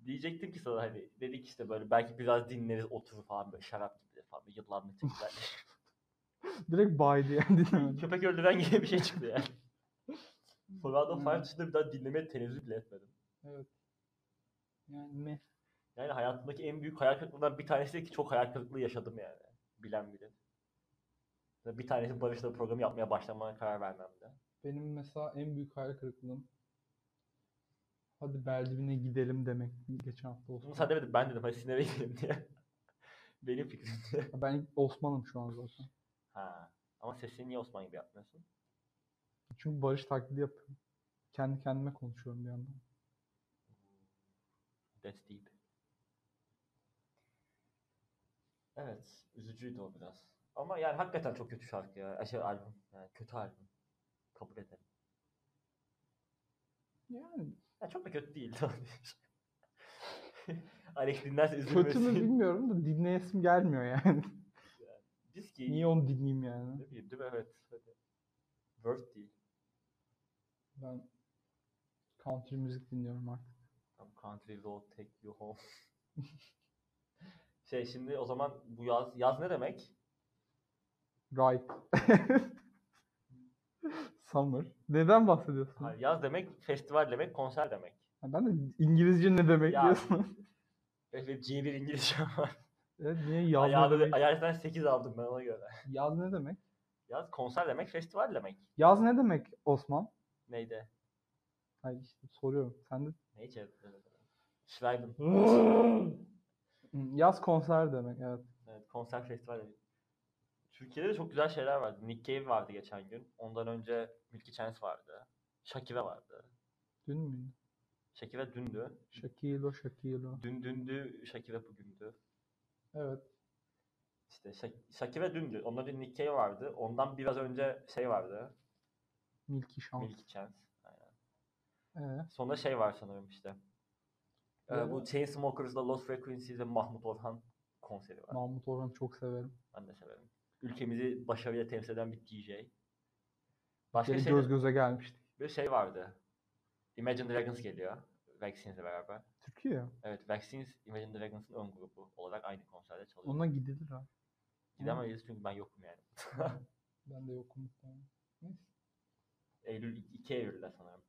[SPEAKER 2] diyecektim ki sana hani dedik işte böyle belki biraz dinleriz oturur falan böyle şarap gibi falan böyle yıllanma tipler.
[SPEAKER 1] Direkt bay diye dinlemedim.
[SPEAKER 2] Köpek öldüren gibi bir şey çıktı yani. Fırlada
[SPEAKER 1] Hmm.
[SPEAKER 2] Fire dışında bir daha dinlemeye tenezzül bile etmedim.
[SPEAKER 1] Evet. Yani meh.
[SPEAKER 2] Yani hayatımdaki en büyük hayal kırıklığından bir tanesi ki çok hayal kırıklığı yaşadım yani. Bilen bile. Bir tanesi Barış'la programı yapmaya başlamaya karar vermemdi.
[SPEAKER 1] Benim mesela en büyük hayal kırıklığım hadi Berdivin'e gidelim demek geçen hafta
[SPEAKER 2] Bunu
[SPEAKER 1] Osman.
[SPEAKER 2] sen demedin ben dedim hadi sinemaya gidelim diye. Benim fikrimdi.
[SPEAKER 1] Ben Osman'ım şu an zaten.
[SPEAKER 2] Ha. Ama sesini niye Osman gibi yapmıyorsun?
[SPEAKER 1] Çünkü barış taklidi yapıyorum. Kendi kendime konuşuyorum bir yandan.
[SPEAKER 2] That's deep. Evet, üzücüydü o biraz. Ama yani hakikaten çok kötü şarkı ya. Ay, Şey albüm. Yani kötü albüm. Kabul ederim.
[SPEAKER 1] Yani
[SPEAKER 2] Ya çok da kötü değil tabii. Alex dinlerse
[SPEAKER 1] kötü mü
[SPEAKER 2] üzülmesin.
[SPEAKER 1] bilmiyorum da dinleyesim gelmiyor yani.
[SPEAKER 2] Biz ki
[SPEAKER 1] Niye onu dinleyeyim yani?
[SPEAKER 2] Ne bileyim değil mi? Evet. Hadi. Worth değil.
[SPEAKER 1] Ben country müzik dinliyorum artık.
[SPEAKER 2] Tam country road take you home. şey şimdi o zaman bu yaz yaz ne demek?
[SPEAKER 1] Right. Summer. Neden bahsediyorsun?
[SPEAKER 2] Hayır, yaz demek festival demek, konser demek.
[SPEAKER 1] Ha, Ben de İngilizce ne demek
[SPEAKER 2] Ya.
[SPEAKER 1] diyorsun.
[SPEAKER 2] Evet, benim C1 İngilizce var.
[SPEAKER 1] Evet, niye yaz ne
[SPEAKER 2] Ayağını,
[SPEAKER 1] demek?
[SPEAKER 2] ayağından 8 aldım ben ona göre.
[SPEAKER 1] Yaz ne demek?
[SPEAKER 2] Yaz konser demek, festival demek.
[SPEAKER 1] Yaz ne demek Osman?
[SPEAKER 2] Neydi?
[SPEAKER 1] Hayır işte soruyorum. Sen de
[SPEAKER 2] Neyi çevirdin? Schreiben.
[SPEAKER 1] Hı, yaz konser demek evet.
[SPEAKER 2] Evet, konser festivali. Türkiye'de de çok güzel şeyler vardı. Nick Cave vardı geçen gün. Ondan önce Milky Chance vardı. Shakira vardı.
[SPEAKER 1] Dün müydü?
[SPEAKER 2] Shakira dündü.
[SPEAKER 1] Shakilo Shakilo.
[SPEAKER 2] Dün dündü, Shakira bugündü.
[SPEAKER 1] Evet.
[SPEAKER 2] İşte Shak- Shakira dündü. Ondan önce Nick Cave vardı. Ondan biraz önce şey vardı.
[SPEAKER 1] Milky Şans.
[SPEAKER 2] Milky Chance. Aynen.
[SPEAKER 1] Ee,
[SPEAKER 2] Sonra şey var sanırım işte. Ee,
[SPEAKER 1] Ne
[SPEAKER 2] bu
[SPEAKER 1] var?
[SPEAKER 2] Chainsmokers'la Lost Frequencies'le Mahmut Orhan konseri var.
[SPEAKER 1] Mahmut Orhan'ı çok severim.
[SPEAKER 2] Ben de severim. Ülkemizi başarıya temsil eden bir DJ. Başka
[SPEAKER 1] Gene
[SPEAKER 2] şey,
[SPEAKER 1] göz göze gelmiştik.
[SPEAKER 2] bir şey vardı. Imagine Dragons geliyor. Vaccines'le beraber.
[SPEAKER 1] Türkiye ya.
[SPEAKER 2] Evet, Vaccines Imagine Dragons'ın ön grubu olarak aynı konserde çalıyor.
[SPEAKER 1] Ona gidilir ha.
[SPEAKER 2] Gidemeyiz çünkü ben yokum yani.
[SPEAKER 1] Ben de yokum. muhtemelen. Neyse.
[SPEAKER 2] Eylül 2 Eylül'de sanırım.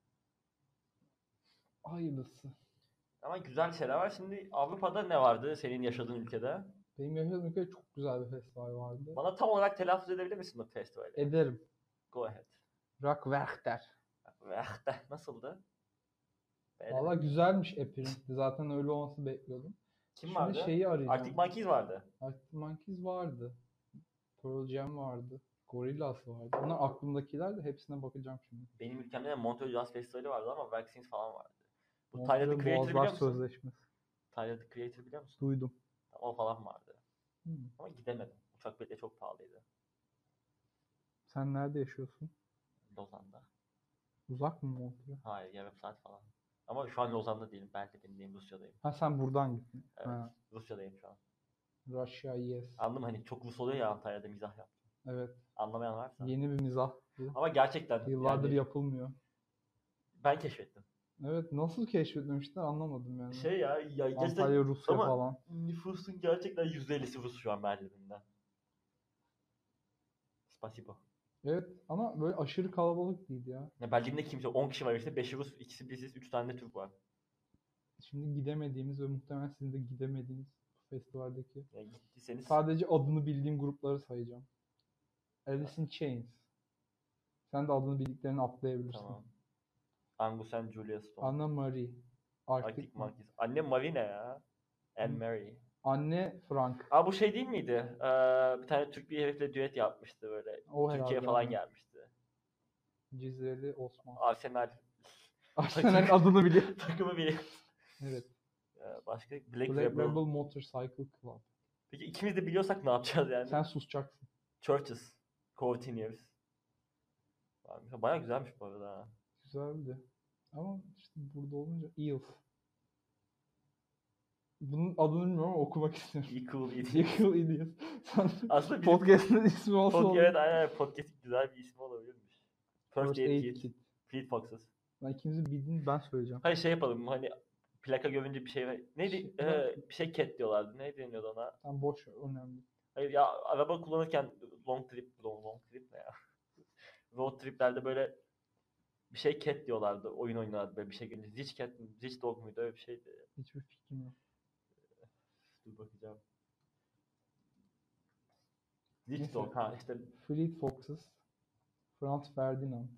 [SPEAKER 1] Hayırlısı.
[SPEAKER 2] Ama güzel şeyler var. Şimdi Avrupa'da ne vardı senin yaşadığın ülkede?
[SPEAKER 1] Benim yaşadığım ülkede çok güzel bir festival vardı.
[SPEAKER 2] Bana tam olarak telaffuz edebilir misin bu festivali?
[SPEAKER 1] Ederim.
[SPEAKER 2] Go ahead.
[SPEAKER 1] Rock Werchter.
[SPEAKER 2] Ah da, Nasıldı? Beğendin mi?
[SPEAKER 1] Valla güzelmiş Apparently. Zaten öyle olması bekliyordum.
[SPEAKER 2] Kim
[SPEAKER 1] Şimdi şey-
[SPEAKER 2] vardı?
[SPEAKER 1] şeyi arayacağım.
[SPEAKER 2] Arctic Monkeys vardı.
[SPEAKER 1] Arctic Monkeys vardı. Pearl Jam vardı. Gorillaz vardı. Onlar aklımdakiler de hepsine bakacağım şimdi.
[SPEAKER 2] Benim ülkemde de Montreux Jazz Festivali vardı ama Vaccines falan vardı. Bu Tyler,
[SPEAKER 1] Montreux
[SPEAKER 2] the Creator
[SPEAKER 1] Boğazlar
[SPEAKER 2] biliyor musun?
[SPEAKER 1] Sözleşmesi.
[SPEAKER 2] Tyler, the Creator biliyor musun?
[SPEAKER 1] Duydum.
[SPEAKER 2] O falan vardı.
[SPEAKER 1] Hmm.
[SPEAKER 2] Ama gidemedim. Uçak bileti çok pahalıydı.
[SPEAKER 1] Sen nerede yaşıyorsun?
[SPEAKER 2] Lozan'da.
[SPEAKER 1] Uzak mı Montreux?
[SPEAKER 2] Hayır yarım saat falan. Ama şu an Lozan'da değilim. Berlin'deyim, Rusya'dayım.
[SPEAKER 1] Ha sen buradan gittin.
[SPEAKER 2] Evet.
[SPEAKER 1] Ha.
[SPEAKER 2] Rusya'dayım şu an.
[SPEAKER 1] Russia yes.
[SPEAKER 2] Anladım hani çok Rus oluyor ya Antalya'da mizah yap.
[SPEAKER 1] Evet.
[SPEAKER 2] Anlamayan varsa.
[SPEAKER 1] Yeni bir mizah.
[SPEAKER 2] Ama gerçekten
[SPEAKER 1] Yıllardır
[SPEAKER 2] yani
[SPEAKER 1] yapılmıyor.
[SPEAKER 2] ben keşfettim.
[SPEAKER 1] Evet nasıl keşfetmemişler anlamadım yani.
[SPEAKER 2] Şey ya, ya gerçekten
[SPEAKER 1] Antalya Rusya
[SPEAKER 2] ama-
[SPEAKER 1] falan.
[SPEAKER 2] nüfusun gerçekten %50'si Rus şu an Berlin'den. Spasibo.
[SPEAKER 1] Evet ama böyle aşırı kalabalık değil ya.
[SPEAKER 2] Ya Berlin'de kimse 10 kişi var işte 5'i Rus, ikisi biziz, 3 tane de Türk var.
[SPEAKER 1] Şimdi gidemediğimiz ve muhtemelen sizin de gidemediğiniz bu festivaldeki.
[SPEAKER 2] Yani gittiyseniz
[SPEAKER 1] Sadece adını bildiğim grupları sayacağım. Alice in Chains. Sen de adını bildiklerini atlayabilirsin.
[SPEAKER 2] tamam. Angus and Julia Stone.
[SPEAKER 1] Anna Marie. Arctic,
[SPEAKER 2] Arctic
[SPEAKER 1] Monkeys.
[SPEAKER 2] Monkeys. Anne Marina ya. Anne
[SPEAKER 1] Hı.
[SPEAKER 2] Mary.
[SPEAKER 1] Anne Frank.
[SPEAKER 2] Aa bu şey değil miydi? Ee, bir tane Türk bir herifle düet yapmıştı böyle.
[SPEAKER 1] O
[SPEAKER 2] Türkiye'ye
[SPEAKER 1] herhalde
[SPEAKER 2] falan
[SPEAKER 1] aynen.
[SPEAKER 2] gelmişti.
[SPEAKER 1] Cizreli Osman.
[SPEAKER 2] Arsenal
[SPEAKER 1] Arsenal adını biliyor.
[SPEAKER 2] takımı bir.
[SPEAKER 1] Evet.
[SPEAKER 2] Ee, başka Black,
[SPEAKER 1] Black
[SPEAKER 2] Rebel.
[SPEAKER 1] Rebel Motorcycle Club.
[SPEAKER 2] Peki ikimiz de biliyorsak ne yapacağız yani?
[SPEAKER 1] Sen susacaksın.
[SPEAKER 2] Churches. Courtiers. Baya güzelmiş bu arada. ha.
[SPEAKER 1] Güzeldi. Ama işte burada olunca Eels. Bunun adını bilmiyorum ama okumak istiyorum.
[SPEAKER 2] İyi cool iyi.
[SPEAKER 1] Eagle Idiots. Sen
[SPEAKER 2] Aslında bizim
[SPEAKER 1] podcast'ın ismi olsa
[SPEAKER 2] pod,
[SPEAKER 1] olur.
[SPEAKER 2] evet aynen podcast güzel bir ismi olabilirmiş. First
[SPEAKER 1] First
[SPEAKER 2] Aid
[SPEAKER 1] Aid
[SPEAKER 2] Kit.
[SPEAKER 1] Kit.
[SPEAKER 2] Fleet Foxes.
[SPEAKER 1] Lan ikimizin bildiğini ben söyleyeceğim.
[SPEAKER 2] Hani şey yapalım hani plaka görünce bir şey neydi
[SPEAKER 1] Şey-
[SPEAKER 2] ee, bir şey cat diyorlardı. Ne deniyordu ona?
[SPEAKER 1] Sen boş ver, önemli.
[SPEAKER 2] Hayır ya araba kullanırken long trip long, long trip ne ya? Road triplerde böyle bir şey cat diyorlardı. Oyun oynardı böyle bir şey görünce. Zitch cat mi? Zitch dog muydu öyle bir şeydi.
[SPEAKER 1] Hiçbir fikrim yok.
[SPEAKER 2] Dur bakacağım.
[SPEAKER 1] Neyse.
[SPEAKER 2] Zitch dog ha işte
[SPEAKER 1] Fleet Foxes. Franz Ferdinand.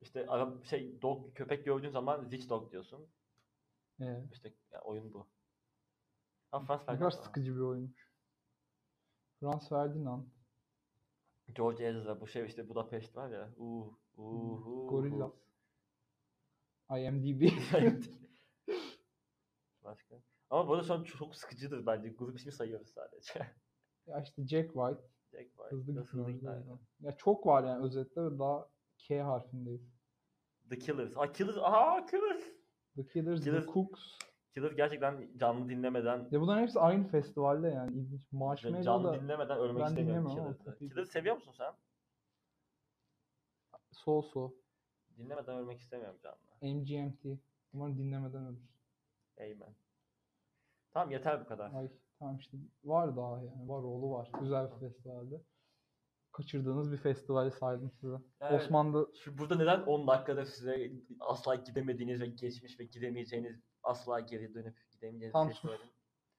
[SPEAKER 2] işte araba şey dog köpek gördüğün zaman zitch dog diyorsun.
[SPEAKER 1] Ee,
[SPEAKER 2] İşte ya oyun bu. Ha Franz
[SPEAKER 1] ne kadar
[SPEAKER 2] Ferdinand.
[SPEAKER 1] sıkıcı bir oyunmuş. Franz Ferdinand.
[SPEAKER 2] George Ezra bu şey işte Budapest var ya. Uh, uh,
[SPEAKER 1] Gorillaz. IMDb.
[SPEAKER 2] Başka. Ama bu arada şu an çok sıkıcıdır bence. Grup ismi sayıyoruz sadece.
[SPEAKER 1] ya işte Jack White.
[SPEAKER 2] Jack White.
[SPEAKER 1] Hızlı
[SPEAKER 2] Nasıl
[SPEAKER 1] gitmiyoruz.
[SPEAKER 2] değil,
[SPEAKER 1] o
[SPEAKER 2] aynen.
[SPEAKER 1] yüzden. Ya çok var yani özetle ve daha K harfindeyiz.
[SPEAKER 2] The Killers. Aa Killers. Aa Killers.
[SPEAKER 1] The Killers,
[SPEAKER 2] Killers-
[SPEAKER 1] The Cooks.
[SPEAKER 2] Killers gerçekten canlı dinlemeden
[SPEAKER 1] Ya bunların hepsi aynı festivalde yani ilginç.
[SPEAKER 2] canlı
[SPEAKER 1] Marshmallow da
[SPEAKER 2] dinlemeden ölmek
[SPEAKER 1] ben
[SPEAKER 2] istemiyorum
[SPEAKER 1] dinlemem ama
[SPEAKER 2] Killers'ı.
[SPEAKER 1] çok iyi.
[SPEAKER 2] Killers seviyor musun sen?
[SPEAKER 1] so so.
[SPEAKER 2] Dinlemeden ölmek istemiyorum canlı.
[SPEAKER 1] MGMT. Umarım dinlemeden ölür.
[SPEAKER 2] Amen. Tamam yeter bu kadar.
[SPEAKER 1] Ay tamam işte var daha yani var oğlu var. Güzel bir festivalde. Kaçırdığınız bir festivali saydım size.
[SPEAKER 2] Evet.
[SPEAKER 1] Osmanlı
[SPEAKER 2] Şu burada neden 10 dakikada size asla gidemediğiniz ve geçmiş ve gidemeyeceğiniz asla geri dönüp gidemeyeceğiniz
[SPEAKER 1] Tam
[SPEAKER 2] bir şey söyledim.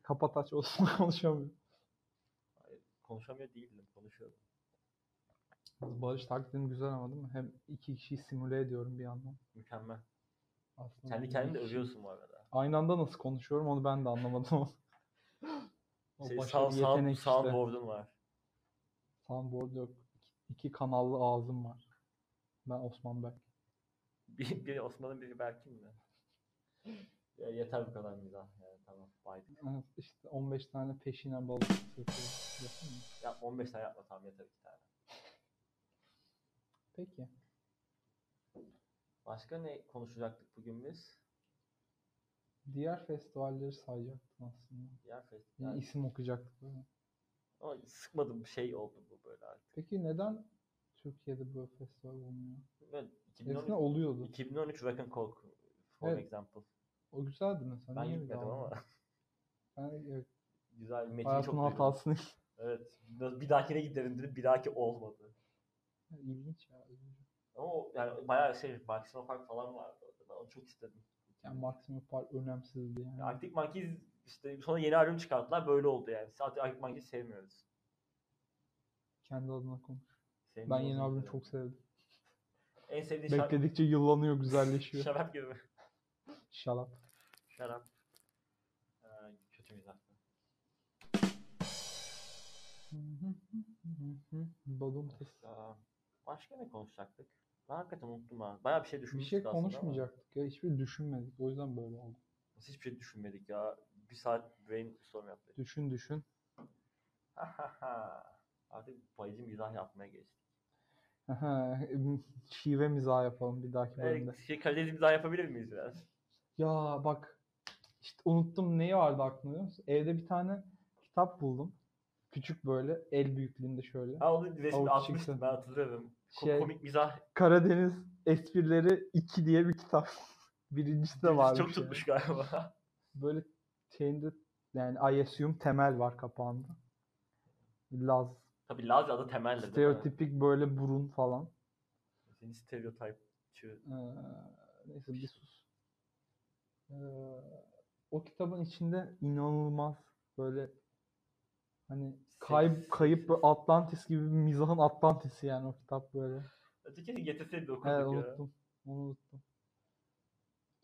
[SPEAKER 1] kapataç Osmanlı konuşamıyor.
[SPEAKER 2] Konuşamıyor değildim, konuşuyordum.
[SPEAKER 1] Barış takdim güzel ama değil mi? Hem iki kişiyi simüle ediyorum bir yandan.
[SPEAKER 2] Mükemmel.
[SPEAKER 1] Aslında
[SPEAKER 2] Kendi kendini de övüyorsun bu arada.
[SPEAKER 1] Aynı anda nasıl konuşuyorum onu ben de anlamadım. O
[SPEAKER 2] Senin
[SPEAKER 1] başka
[SPEAKER 2] Şey, sound,
[SPEAKER 1] bir
[SPEAKER 2] sound,
[SPEAKER 1] yetenek işte.
[SPEAKER 2] soundboard'un var.
[SPEAKER 1] Soundboard yok. İki kanallı ağzım var. Ben Osman Berk.
[SPEAKER 2] Bir, biri Osman'ın biri Berk'in mi? Ya yeter bu kadar mizah. Yani, tamam. Haydi.
[SPEAKER 1] Evet, işte 15 tane peşinen balık tutuyoruz. Yapın mı?
[SPEAKER 2] Ya 15 tane yapma tamam yeter iki tane.
[SPEAKER 1] Peki.
[SPEAKER 2] Başka ne konuşacaktık bugün biz?
[SPEAKER 1] Diğer festivalleri sayacaktım aslında.
[SPEAKER 2] Diğer
[SPEAKER 1] Yani
[SPEAKER 2] festival.
[SPEAKER 1] isim okuyacaktık. böyle.
[SPEAKER 2] Ama sıkmadım bir şey oldu bu böyle artık.
[SPEAKER 1] Peki neden Türkiye'de böyle festival olmuyor?
[SPEAKER 2] Böyle
[SPEAKER 1] Eskiden
[SPEAKER 2] 2013,
[SPEAKER 1] oluyordu.
[SPEAKER 2] 2013 Rock and Coke for
[SPEAKER 1] Evet.
[SPEAKER 2] example.
[SPEAKER 1] O güzeldi mesela.
[SPEAKER 2] Ben
[SPEAKER 1] Niye bir
[SPEAKER 2] gitmedim
[SPEAKER 1] daha
[SPEAKER 2] ama
[SPEAKER 1] Ben evet,
[SPEAKER 2] güzel bir metin çok
[SPEAKER 1] hayatın
[SPEAKER 2] duydum.
[SPEAKER 1] hatasını.
[SPEAKER 2] Evet. Bir dahakine gidelim dedim. Bir dahaki olmadı.
[SPEAKER 1] İlginç ya. ilginç.
[SPEAKER 2] Ama o, yani bayağı şey Maximo Park falan vardı orada. Ben onu çok istedim.
[SPEAKER 1] Yani Maximum Park önemsizdi yani.
[SPEAKER 2] Ya Arctic Monkeys işte sonra yeni albüm çıkarttılar. Böyle oldu yani. Sadece Arctic Monkeys sevmiyoruz.
[SPEAKER 1] Kendi adına konuş. Ben
[SPEAKER 2] Sevmiyoruz
[SPEAKER 1] yeni
[SPEAKER 2] yani.
[SPEAKER 1] albümü çok sevdim.
[SPEAKER 2] En sevdiğin şarkı
[SPEAKER 1] Bekledikçe yıllanıyor, güzelleşiyor.
[SPEAKER 2] şarap gibi.
[SPEAKER 1] Şalap.
[SPEAKER 2] Şarap. Ee, kötü mizah.
[SPEAKER 1] Balon kız.
[SPEAKER 2] Başka, Ee, başka ne konuşacaktık? Ben hakikaten unuttum ha. Bayağı bir şey
[SPEAKER 1] Bir
[SPEAKER 2] düşünmüştük
[SPEAKER 1] şey
[SPEAKER 2] aslında ama
[SPEAKER 1] konuşmayacaktık ya. Hiçbir düşünmedik. O yüzden böyle oldu.
[SPEAKER 2] Biz hiçbir şey düşünmedik ya. Bir saat brainstorm yaptık.
[SPEAKER 1] Düşün düşün.
[SPEAKER 2] Artık bayıcı mizah yapmaya geçtik.
[SPEAKER 1] Aha, Şive mizah yapalım bir dahaki bölümde.
[SPEAKER 2] Evet, şey, kaliteli mizah yapabilir miyiz biraz?
[SPEAKER 1] Ya bak işte unuttum neyi vardı aklımda biliyor musun? Evde bir tane kitap buldum. Küçük böyle el büyüklüğünde şöyle.
[SPEAKER 2] Ha onu resmi
[SPEAKER 1] Avuç
[SPEAKER 2] atmıştım
[SPEAKER 1] çıktı.
[SPEAKER 2] ben hatırlıyorum. Ko-
[SPEAKER 1] Şey-
[SPEAKER 2] komik mizah
[SPEAKER 1] Karadeniz Esprileri 2 diye bir kitap. Birincisi de varmış.
[SPEAKER 2] çok
[SPEAKER 1] yani.
[SPEAKER 2] tutmuş galiba.
[SPEAKER 1] Böyle şeyinde yani I assume temel var kapağında. Laz.
[SPEAKER 2] Tabii Lazya'da temelde. değil mi?
[SPEAKER 1] Stereotipik böyle burun falan.
[SPEAKER 2] Senin stereotipçi.
[SPEAKER 1] Ee, neyse bir sus. Ee, o kitabın içinde inanılmaz böyle hani kayıp kayıp böyle Atlantis gibi bir mizahın Atlantis'i yani o kitap böyle.
[SPEAKER 2] Öteki getirseydi okuduk
[SPEAKER 1] Evet
[SPEAKER 2] ya.
[SPEAKER 1] unuttum. Onu unuttum.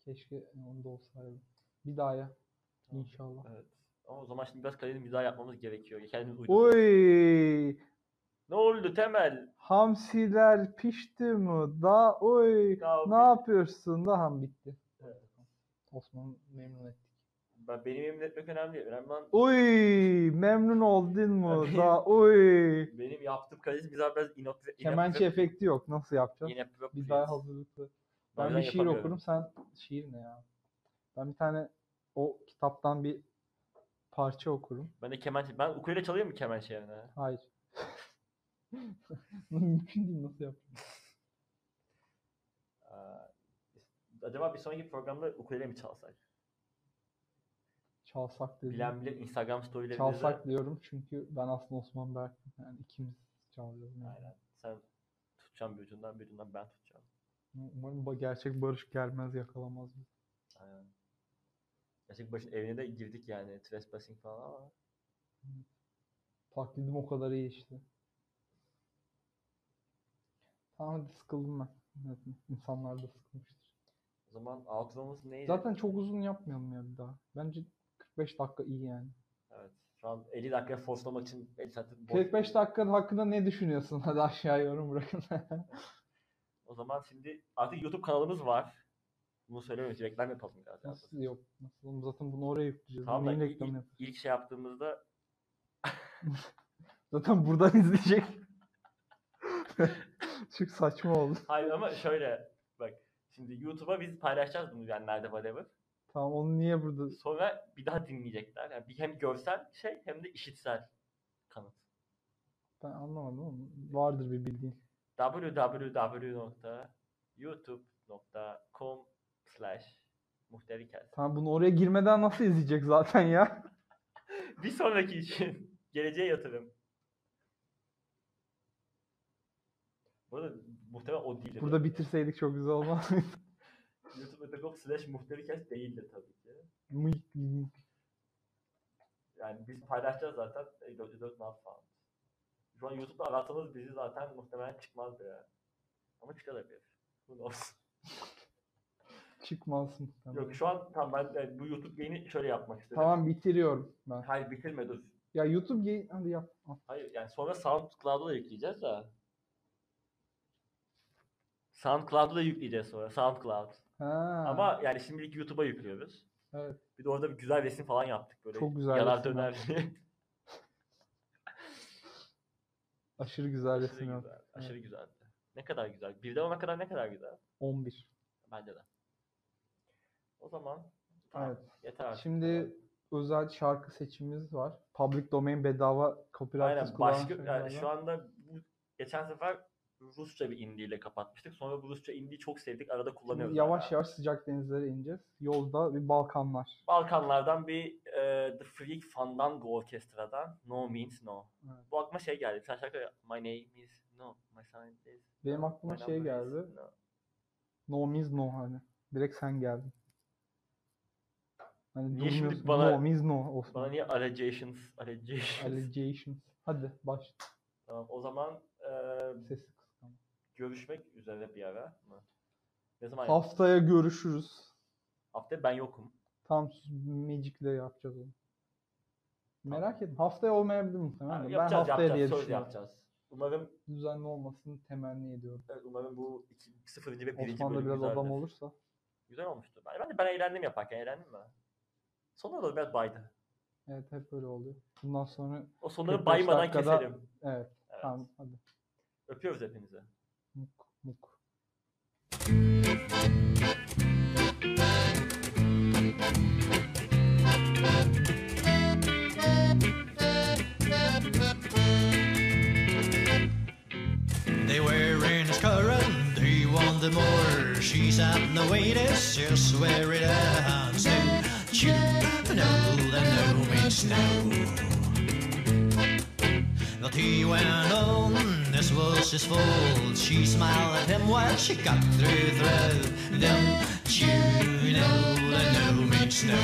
[SPEAKER 1] Keşke onda olsaydı. Bir daha ya.
[SPEAKER 2] Tamam.
[SPEAKER 1] inşallah.
[SPEAKER 2] Evet. Ama o zaman şimdi biraz kaliteli mizah yapmamız gerekiyor. Kendimiz uydurduk.
[SPEAKER 1] Oy!
[SPEAKER 2] Ne oldu Temel?
[SPEAKER 1] Hamsiler pişti mi? Da oy!
[SPEAKER 2] Ya
[SPEAKER 1] Ne yapıyorsun? Daha bitti.
[SPEAKER 2] Evet.
[SPEAKER 1] Osman'ı memnun ettik.
[SPEAKER 2] Ben, benim emin etmek önemli değil. Önemli olan
[SPEAKER 1] Oy memnun oldun mu?
[SPEAKER 2] Tabii.
[SPEAKER 1] Da oy.
[SPEAKER 2] benim yaptığım kaliteli mizah biraz inat.
[SPEAKER 1] Kemençe efekti yok. Nasıl yapacağız? Biz daha hazırlıklı.
[SPEAKER 2] O
[SPEAKER 1] Ben
[SPEAKER 2] yüzden
[SPEAKER 1] bir şiir
[SPEAKER 2] yapamıyorum.
[SPEAKER 1] okurum. Sen şiir ne ya? Ben bir tane o kitaptan bir parça okurum.
[SPEAKER 2] Ben de kemençe. Ben ukulele çalıyor mu kemençe yerine?
[SPEAKER 1] Hayır. Mümkün değil nasıl yapacağım?
[SPEAKER 2] Ee, acaba bir sonraki programda ukulele mi çalsak?
[SPEAKER 1] Çalsak dedim.
[SPEAKER 2] Bilen bile Instagram storylerimize.
[SPEAKER 1] Çalsak diyorum çünkü ben aslında Osman Berk. Yani ikimiz çalıyoruz. yani.
[SPEAKER 2] Aynen. Sen tutacaksın bir ucundan bir ucundan ben tutacağım.
[SPEAKER 1] Umarım ba- gerçek barış gelmez yakalamaz bizi.
[SPEAKER 2] Aynen. Gerçek başın evine de girdik yani trespassing falan ama
[SPEAKER 1] Taklidim o kadar iyi işte. Tamam hadi sıkıldım ben. Evet, İnsanlar da sıkılmıştır.
[SPEAKER 2] o zaman outro'muz neydi?
[SPEAKER 1] Zaten çok uzun yapmayalım ya bir daha. Bence 45 dakika iyi yani.
[SPEAKER 2] Evet. Şu an 50 dakika forslamak için 50 saati boş
[SPEAKER 1] 45
[SPEAKER 2] veriyorum.
[SPEAKER 1] dakika hakkında ne düşünüyorsun? Hadi aşağıya yorum bırakın.
[SPEAKER 2] O zaman şimdi artık YouTube kanalımız var. Bunu söylememiş. Reklam yapalım biraz. daha.
[SPEAKER 1] nasıl yok? Nasıl? Oğlum Zaten bunu oraya yükleyeceğiz.
[SPEAKER 2] Tamam da
[SPEAKER 1] Neyin
[SPEAKER 2] ilk,
[SPEAKER 1] reklamı yap-
[SPEAKER 2] ilk şey yaptığımızda
[SPEAKER 1] Zaten buradan izleyecek. Çok saçma oldu.
[SPEAKER 2] hayır ama şöyle bak şimdi YouTube'a biz paylaşacağız bunu yani nerede whatever.
[SPEAKER 1] Tamam onu niye burada?
[SPEAKER 2] Sonra bir daha dinleyecekler. Yani bir hem görsel şey hem de işitsel kanıt.
[SPEAKER 1] Ben anlamadım ama vardır bir bildiğin.
[SPEAKER 2] www.youtube.com slash muhterikast.
[SPEAKER 1] Tamam bunu oraya girmeden nasıl izleyecek zaten ya?
[SPEAKER 2] Bir sonraki için geleceğe yatırım. Burada muhtemelen o değildir.
[SPEAKER 1] Burada bitirseydik çok güzel olmaz mıydı?
[SPEAKER 2] youtube.com slash muhterikast değildir tabii ki.
[SPEAKER 1] Mıyık, mıyık.
[SPEAKER 2] Yani biz paylaşacağız zaten. E, 404 ne yapalım. Şu an YouTube'da aratsanız bizi zaten muhtemelen çıkmazdı yani. Ama çıkabilir. Who knows?
[SPEAKER 1] Çıkmaz muhtemelen.
[SPEAKER 2] Yok şu an tam ben yani bu YouTube yayını şöyle yapmak istedim.
[SPEAKER 1] Tamam bitiriyorum ben.
[SPEAKER 2] Hayır bitirme dur.
[SPEAKER 1] Ya YouTube yayın hadi yap. Al.
[SPEAKER 2] Hayır yani sonra SoundCloud'a da yükleyeceğiz da. SoundCloud'a da yükleyeceğiz sonra SoundCloud.
[SPEAKER 1] Ha.
[SPEAKER 2] Ama yani şimdilik YouTube'a yüklüyoruz.
[SPEAKER 1] Evet.
[SPEAKER 2] Bir de orada bir güzel resim falan yaptık böyle.
[SPEAKER 1] Çok güzel
[SPEAKER 2] Yalar
[SPEAKER 1] resimler.
[SPEAKER 2] döner diye.
[SPEAKER 1] aşırı güzel
[SPEAKER 2] Aşırı
[SPEAKER 1] resim yap.
[SPEAKER 2] güzel. Aşırı güzeldi. Ne kadar güzel. Birden ona kadar ne kadar güzel.
[SPEAKER 1] 11.
[SPEAKER 2] Bence de. O zaman tamam.
[SPEAKER 1] Evet.
[SPEAKER 2] Yeter artık.
[SPEAKER 1] Şimdi özel şarkı seçimimiz var. Public domain bedava copyrightsiz
[SPEAKER 2] Aynen. Başka,
[SPEAKER 1] kullanan
[SPEAKER 2] yani şu
[SPEAKER 1] şarkılardan.
[SPEAKER 2] anda bu, geçen sefer Rusça bir indie ile kapatmıştık. Sonra bu Rusça indie'yi çok sevdik. Arada
[SPEAKER 1] Şimdi
[SPEAKER 2] kullanıyoruz.
[SPEAKER 1] yavaş
[SPEAKER 2] hala.
[SPEAKER 1] yavaş sıcak denizlere ineceğiz. Yolda bir Balkanlar.
[SPEAKER 2] Balkanlardan bir e, The Freak Fandango Orkestra'dan No Means No.
[SPEAKER 1] Evet.
[SPEAKER 2] Bu aklıma şey geldi. Bir tane şarkı var. My name is No. My sign is
[SPEAKER 1] Benim
[SPEAKER 2] No,
[SPEAKER 1] aklıma
[SPEAKER 2] my
[SPEAKER 1] şey
[SPEAKER 2] number is
[SPEAKER 1] geldi.
[SPEAKER 2] No.
[SPEAKER 1] No means no hani. Direkt sen geldin. Hani
[SPEAKER 2] Niye şimdi
[SPEAKER 1] durmuyorsun.
[SPEAKER 2] bana-
[SPEAKER 1] no means no olsun.
[SPEAKER 2] Bana niye allegations, allegations.
[SPEAKER 1] Allegations. Hadi baş.
[SPEAKER 2] tamam, o zaman e,
[SPEAKER 1] Sesi kıskan.
[SPEAKER 2] görüşmek üzere bir ara mı? Ne zaman yapalım?
[SPEAKER 1] Haftaya görüşürüz.
[SPEAKER 2] Haftaya ben yokum.
[SPEAKER 1] Tam Magic'le yapacağız onu. Merak etme. Haftaya olmayabilir muhtemelen.
[SPEAKER 2] Ha,
[SPEAKER 1] de. ben
[SPEAKER 2] yapacağız,
[SPEAKER 1] haftaya diye
[SPEAKER 2] yapacağız, söz
[SPEAKER 1] düşünüyorum.
[SPEAKER 2] yapacağız. Umarım
[SPEAKER 1] Düzenli olmasını temenni ediyorum.
[SPEAKER 2] evet, umarım bu iki, sıfırıncı ve birinci
[SPEAKER 1] Osman da
[SPEAKER 2] bölüm
[SPEAKER 1] biraz
[SPEAKER 2] güzeldir.
[SPEAKER 1] adam olursa.
[SPEAKER 2] Güzel olmuştu. Ben, ben, de- ben eğlendim yaparken, eğlendim mi? Sonuna doğru biraz baydı.
[SPEAKER 1] Evet hep böyle oluyor. Bundan sonra
[SPEAKER 2] O sonları
[SPEAKER 1] 45
[SPEAKER 2] baymadan
[SPEAKER 1] dakikada-
[SPEAKER 2] keselim.
[SPEAKER 1] evet,
[SPEAKER 2] Evet.
[SPEAKER 1] tamam hadi.
[SPEAKER 2] Öpüyoruz hepinizi.
[SPEAKER 1] Muk muk.
[SPEAKER 3] They were in his current, they wanted more. She's out in the waiters, just where it ends. No, cheap, no, and no means no. But he went on, this was his fault. She smiled at him while she cut through the road. No, cheap, no, and no means no.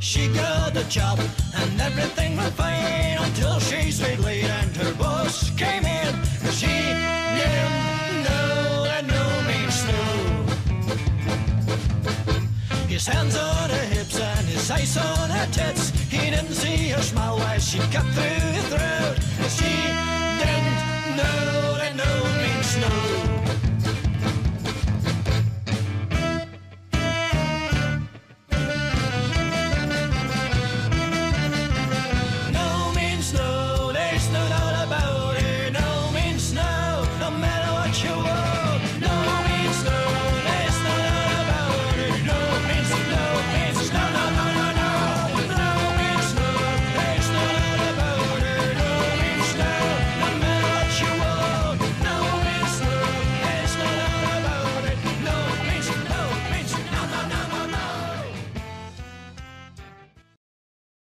[SPEAKER 3] She got a job and everything went fine until she stayed late and her boss came in. She didn't know that no means no. His hands on her hips and his eyes on her tits. He didn't see her smile as she cut through his throat. She didn't know that no means no.